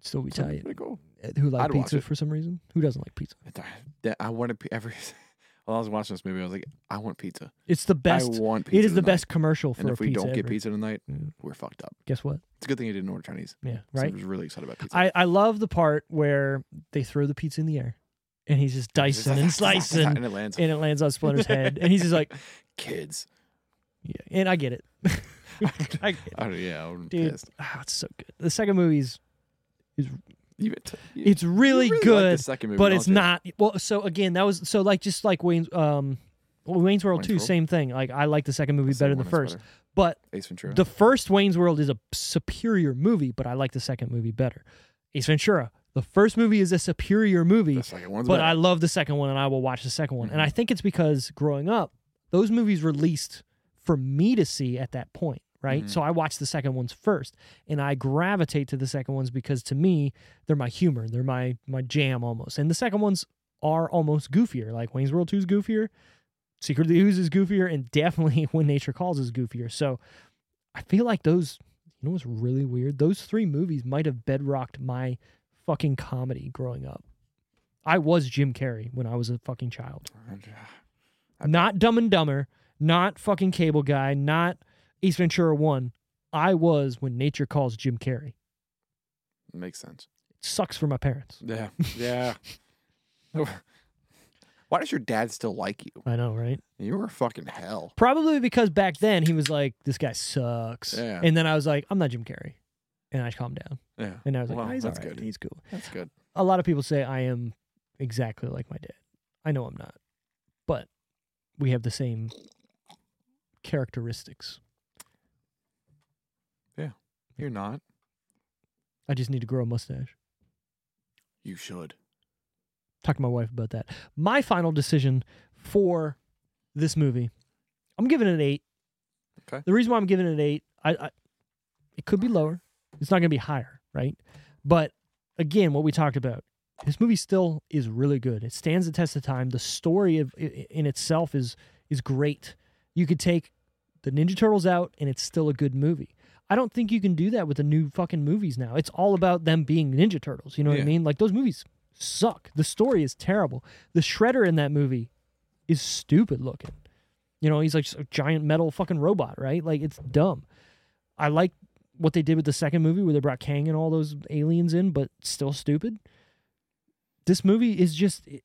S3: Still be tight. eh,
S4: Pretty cool.
S3: Who like
S4: I'd watch
S3: pizza
S4: it.
S3: for some reason? Who doesn't like pizza?
S4: I thought That I wanted p- every. (laughs) While I was watching this movie, I was like, I want pizza.
S3: It's the best.
S4: I want pizza.
S3: it is the
S4: tonight.
S3: best commercial for
S4: And
S3: a
S4: if we
S3: pizza
S4: don't get
S3: ever.
S4: pizza tonight,
S3: Mm.
S4: we're fucked up.
S3: Guess what?
S4: It's a good thing I didn't order Chinese.
S3: Yeah,
S4: So
S3: right.
S4: I was really excited about pizza. (laughs)
S3: I, I love the part where they throw the pizza in the air and he's just dicing
S4: (laughs)
S3: and slicing
S4: and it lands.
S3: and it lands
S4: (laughs)
S3: on Splinter's head and he's just like,
S4: kids.
S3: yeah, and I get (laughs) it.
S4: (laughs)
S3: I get it.
S4: Oh yeah, I'm
S3: Dude,
S4: pissed.
S3: ah, it's so good. The second movie's
S4: You, t- you-
S3: it's really,
S4: you like the
S3: good,
S4: second movie,
S3: but
S4: don't
S3: it's
S4: you?
S3: not well. So again, that was so like just like Wayne's um, well, Wayne's World
S4: Wayne's
S3: two,
S4: World?
S3: same thing. Like I like the second movie better
S4: second
S3: than the
S4: one is
S3: first,
S4: better.
S3: but
S4: Ace Ventura.
S3: the first Wayne's World is a superior movie, but I like the second movie better. Ace Ventura. The first movie is a superior movie.
S4: the second one's
S3: but
S4: better.
S3: I love the second one, and I will watch the second one. And I think it's because growing up, those movies released for me to see at that point, right? So I watched the second ones first, and I gravitate to the second ones because to me, they're my humor, they're my my jam almost. And the second ones are almost goofier. Like Wayne's World Two is goofier, Secret of the Ooze is goofier, and definitely (laughs) When Nature Calls is goofier. So I feel like those. You know what's really weird? Those three movies might have bedrocked my fucking comedy growing up. I was Jim Carrey when I was a fucking child. Not Dumb and Dumber, not fucking Cable Guy, not East Ventura 1. I was when nature calls Jim Carrey.
S4: (sighs) makes sense.
S3: It sucks for my parents.
S4: Yeah, yeah. (laughs) Why does your dad still like you?
S3: I know, right?
S4: You were fucking hell.
S3: Probably because back then he was like, this guy sucks.
S4: Yeah.
S3: And then I was like, I'm not Jim Carrey. And I calmed down.
S4: Yeah,
S3: And I was like,
S4: Well,
S3: "Ah, he's all
S4: that's
S3: right.
S4: good.
S3: He's cool.
S4: that's
S3: (laughs)
S4: good.
S3: A lot of people say I am exactly like my dad. I know I'm not, but we have the same characteristics.
S4: You're not.
S3: I just need to grow a mustache.
S4: You should.
S3: talk to my wife about that. My final decision for this movie, I'm giving it an eight.
S4: Okay.
S3: The reason why I'm giving it an eight, I, I it could be lower. It's not going to be higher, right? But again, what we talked about. This movie still is really good. It stands the test of time. The story of, i- in itself is is great. You could take the Ninja Turtles out, and it's still a good movie. I don't think you can do that with the new fucking movies now. It's all about them being Ninja Turtles. You know what I
S4: Yeah.
S3: mean? Like those movies suck. The story is terrible. The Shredder in that movie is stupid looking. You know, he's like just a giant metal fucking robot, right? Like it's dumb. I like what they did with the second movie where they brought Kang and all those aliens in, but still stupid. This movie is just it-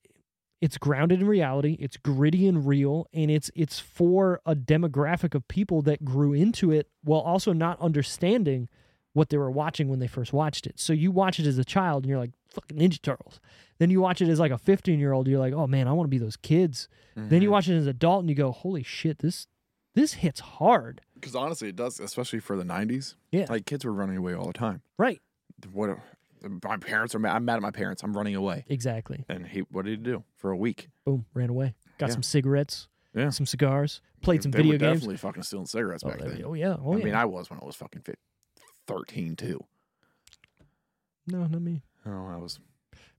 S3: it's grounded in reality, it's gritty and real, and it's it's for a demographic of people that grew into it while also not understanding what they were watching when they first watched it. So you watch it as a child and you're like, fucking Ninja Turtles. Then you watch it as like a 15 year old, you're like, oh man, I want to be those kids. Then you watch it as an adult and you go, holy shit, this this hits hard.
S4: Because honestly, it does, especially for the 90s.
S3: Yeah.
S4: Like kids were running away all the time.
S3: Right.
S4: What? My parents are mad. I'm mad at my parents. I'm running away.
S3: Exactly.
S4: And he, what did he do for a week?
S3: Boom, ran away. Got
S4: Yeah.
S3: some cigarettes,
S4: Yeah.
S3: some cigars,
S4: They-
S3: played some
S4: they
S3: video
S4: were
S3: games.
S4: Definitely fucking stealing cigarettes
S3: Oh,
S4: back
S3: there we-
S4: then.
S3: oh, yeah. Oh,
S4: I
S3: yeah.
S4: mean, I was when I was fucking fit, 13 too.
S3: no, not me.
S4: Oh, I was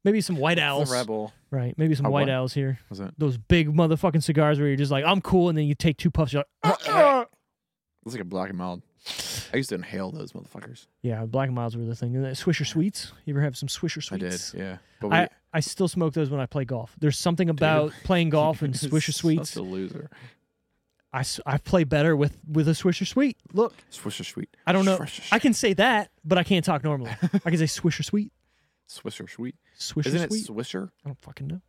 S3: Maybe some white
S4: a
S3: owls.
S4: rebel.
S3: Right. Maybe some
S4: A
S3: white
S4: what?
S3: owls here.
S4: Was it?
S3: Those big motherfucking cigars where you're just like, I'm cool. And then you take two puffs. You're like, "Ah."
S4: It's like a black and mild. I used to inhale those motherfuckers.
S3: yeah, black and milds were the thing. And that Swisher Sweets. You ever have some Swisher Sweets?
S4: I did. Yeah. But
S3: I, I still smoke those when I play golf. There's something about playing golf
S4: (laughs)
S3: and Swisher Sweets.
S4: Such a loser.
S3: I, s- I play better with, with a Swisher Sweet. Look,
S4: Swisher sweet.
S3: I don't know.
S4: Swisher
S3: I can say that, but I can't talk
S4: (laughs)
S3: normally. I can say Swisher Sweet.
S4: Swisher sweet.
S3: Swisher
S4: Isn't it
S3: Sweet.
S4: Swisher?
S3: I don't fucking know.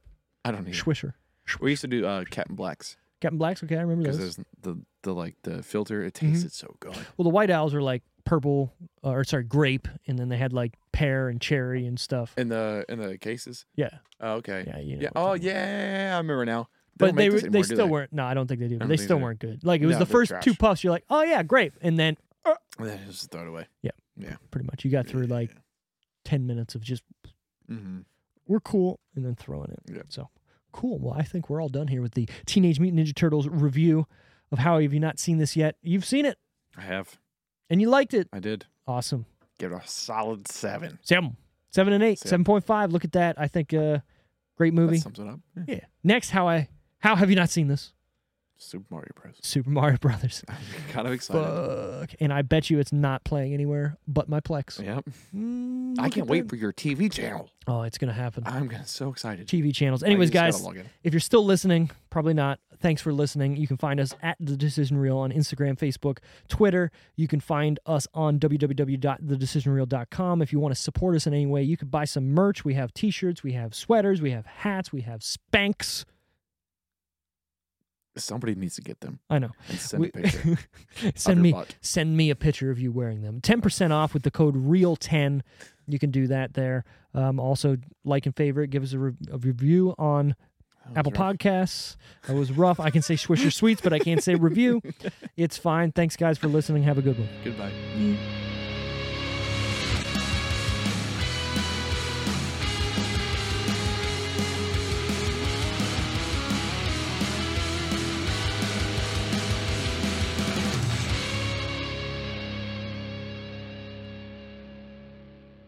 S4: I don't know.
S3: Swisher.
S4: We used to do uh, Captain Blacks
S3: Captain Black's okay. I remember
S4: because
S3: those.
S4: there's the the like the filter. It
S3: Mm-hmm.
S4: tasted so good.
S3: Well, the White Owls were like purple, uh, or sorry, grape, and then they had like pear and cherry and stuff.
S4: In the in the cases.
S3: Yeah,
S4: Oh, okay.
S3: Yeah, you know
S4: yeah.
S3: what I'm
S4: Oh yeah, I remember now. They
S3: but
S4: don't
S3: they
S4: make
S3: were,
S4: this
S3: they
S4: anymore, do
S3: still weren't. No, I don't think they do. But
S4: don't
S3: they
S4: think
S3: still
S4: they do.
S3: weren't good. Like it was
S4: No,
S3: the
S4: they're
S3: first two
S4: trash.
S3: puffs. You're like, oh yeah, grape, and then
S4: They just throw it away.
S3: pretty much you got through like ten minutes of just
S4: Mm-hmm.
S3: we're cool and then throwing it.
S4: Yeah.
S3: So cool. Well, I think we're all done here with the Teenage Mutant Ninja Turtles review of how have you not seen this yet? You've seen it
S4: I have.
S3: and you liked it.
S4: I did.
S3: Awesome.
S4: Give it a solid seven.
S3: Seven. Seven and eight.
S4: Seven.
S3: Seven point five. Look at that. I think uh great movie.
S4: That sums it up. Yeah.
S3: Yeah. Next, how I how have you not seen this?
S4: Super Mario Bros.
S3: Super Mario Brothers.
S4: (laughs) I'm kind of excited.
S3: Fuck. And I bet you it's not playing anywhere but my Plex.
S4: Yep.
S3: Mm,
S4: I
S3: look
S4: can't
S3: at
S4: wait
S3: that.
S4: for your TV channel.
S3: Oh, it's gonna happen.
S4: I'm gonna so excited.
S3: TV channels. Anyways,
S4: just gotta
S3: guys,
S4: log in.
S3: if you're still listening, probably not. Thanks for listening. You can find us at The Decision Reel on Instagram, Facebook, Twitter. You can find us on www.thedecisionreel.com. If you want to support us in any way, you could buy some merch. We have t shirts, we have sweaters, we have hats, we have spanks.
S4: Somebody needs to get them
S3: I know. (laughs)
S4: and send
S3: We-
S4: a picture.
S3: send
S4: your
S3: me
S4: butt.
S3: send me a picture of you wearing them. Ten percent off with the code Real Ten. You can do that there. Um, also, like and favorite. Give us a, re- a review on
S4: Oh,
S3: Apple Podcasts. That was rough. I can
S4: (laughs)
S3: say Swisher Sweets, but I can't say review. It's fine. Thanks, guys, for listening. Have a good one.
S4: Goodbye.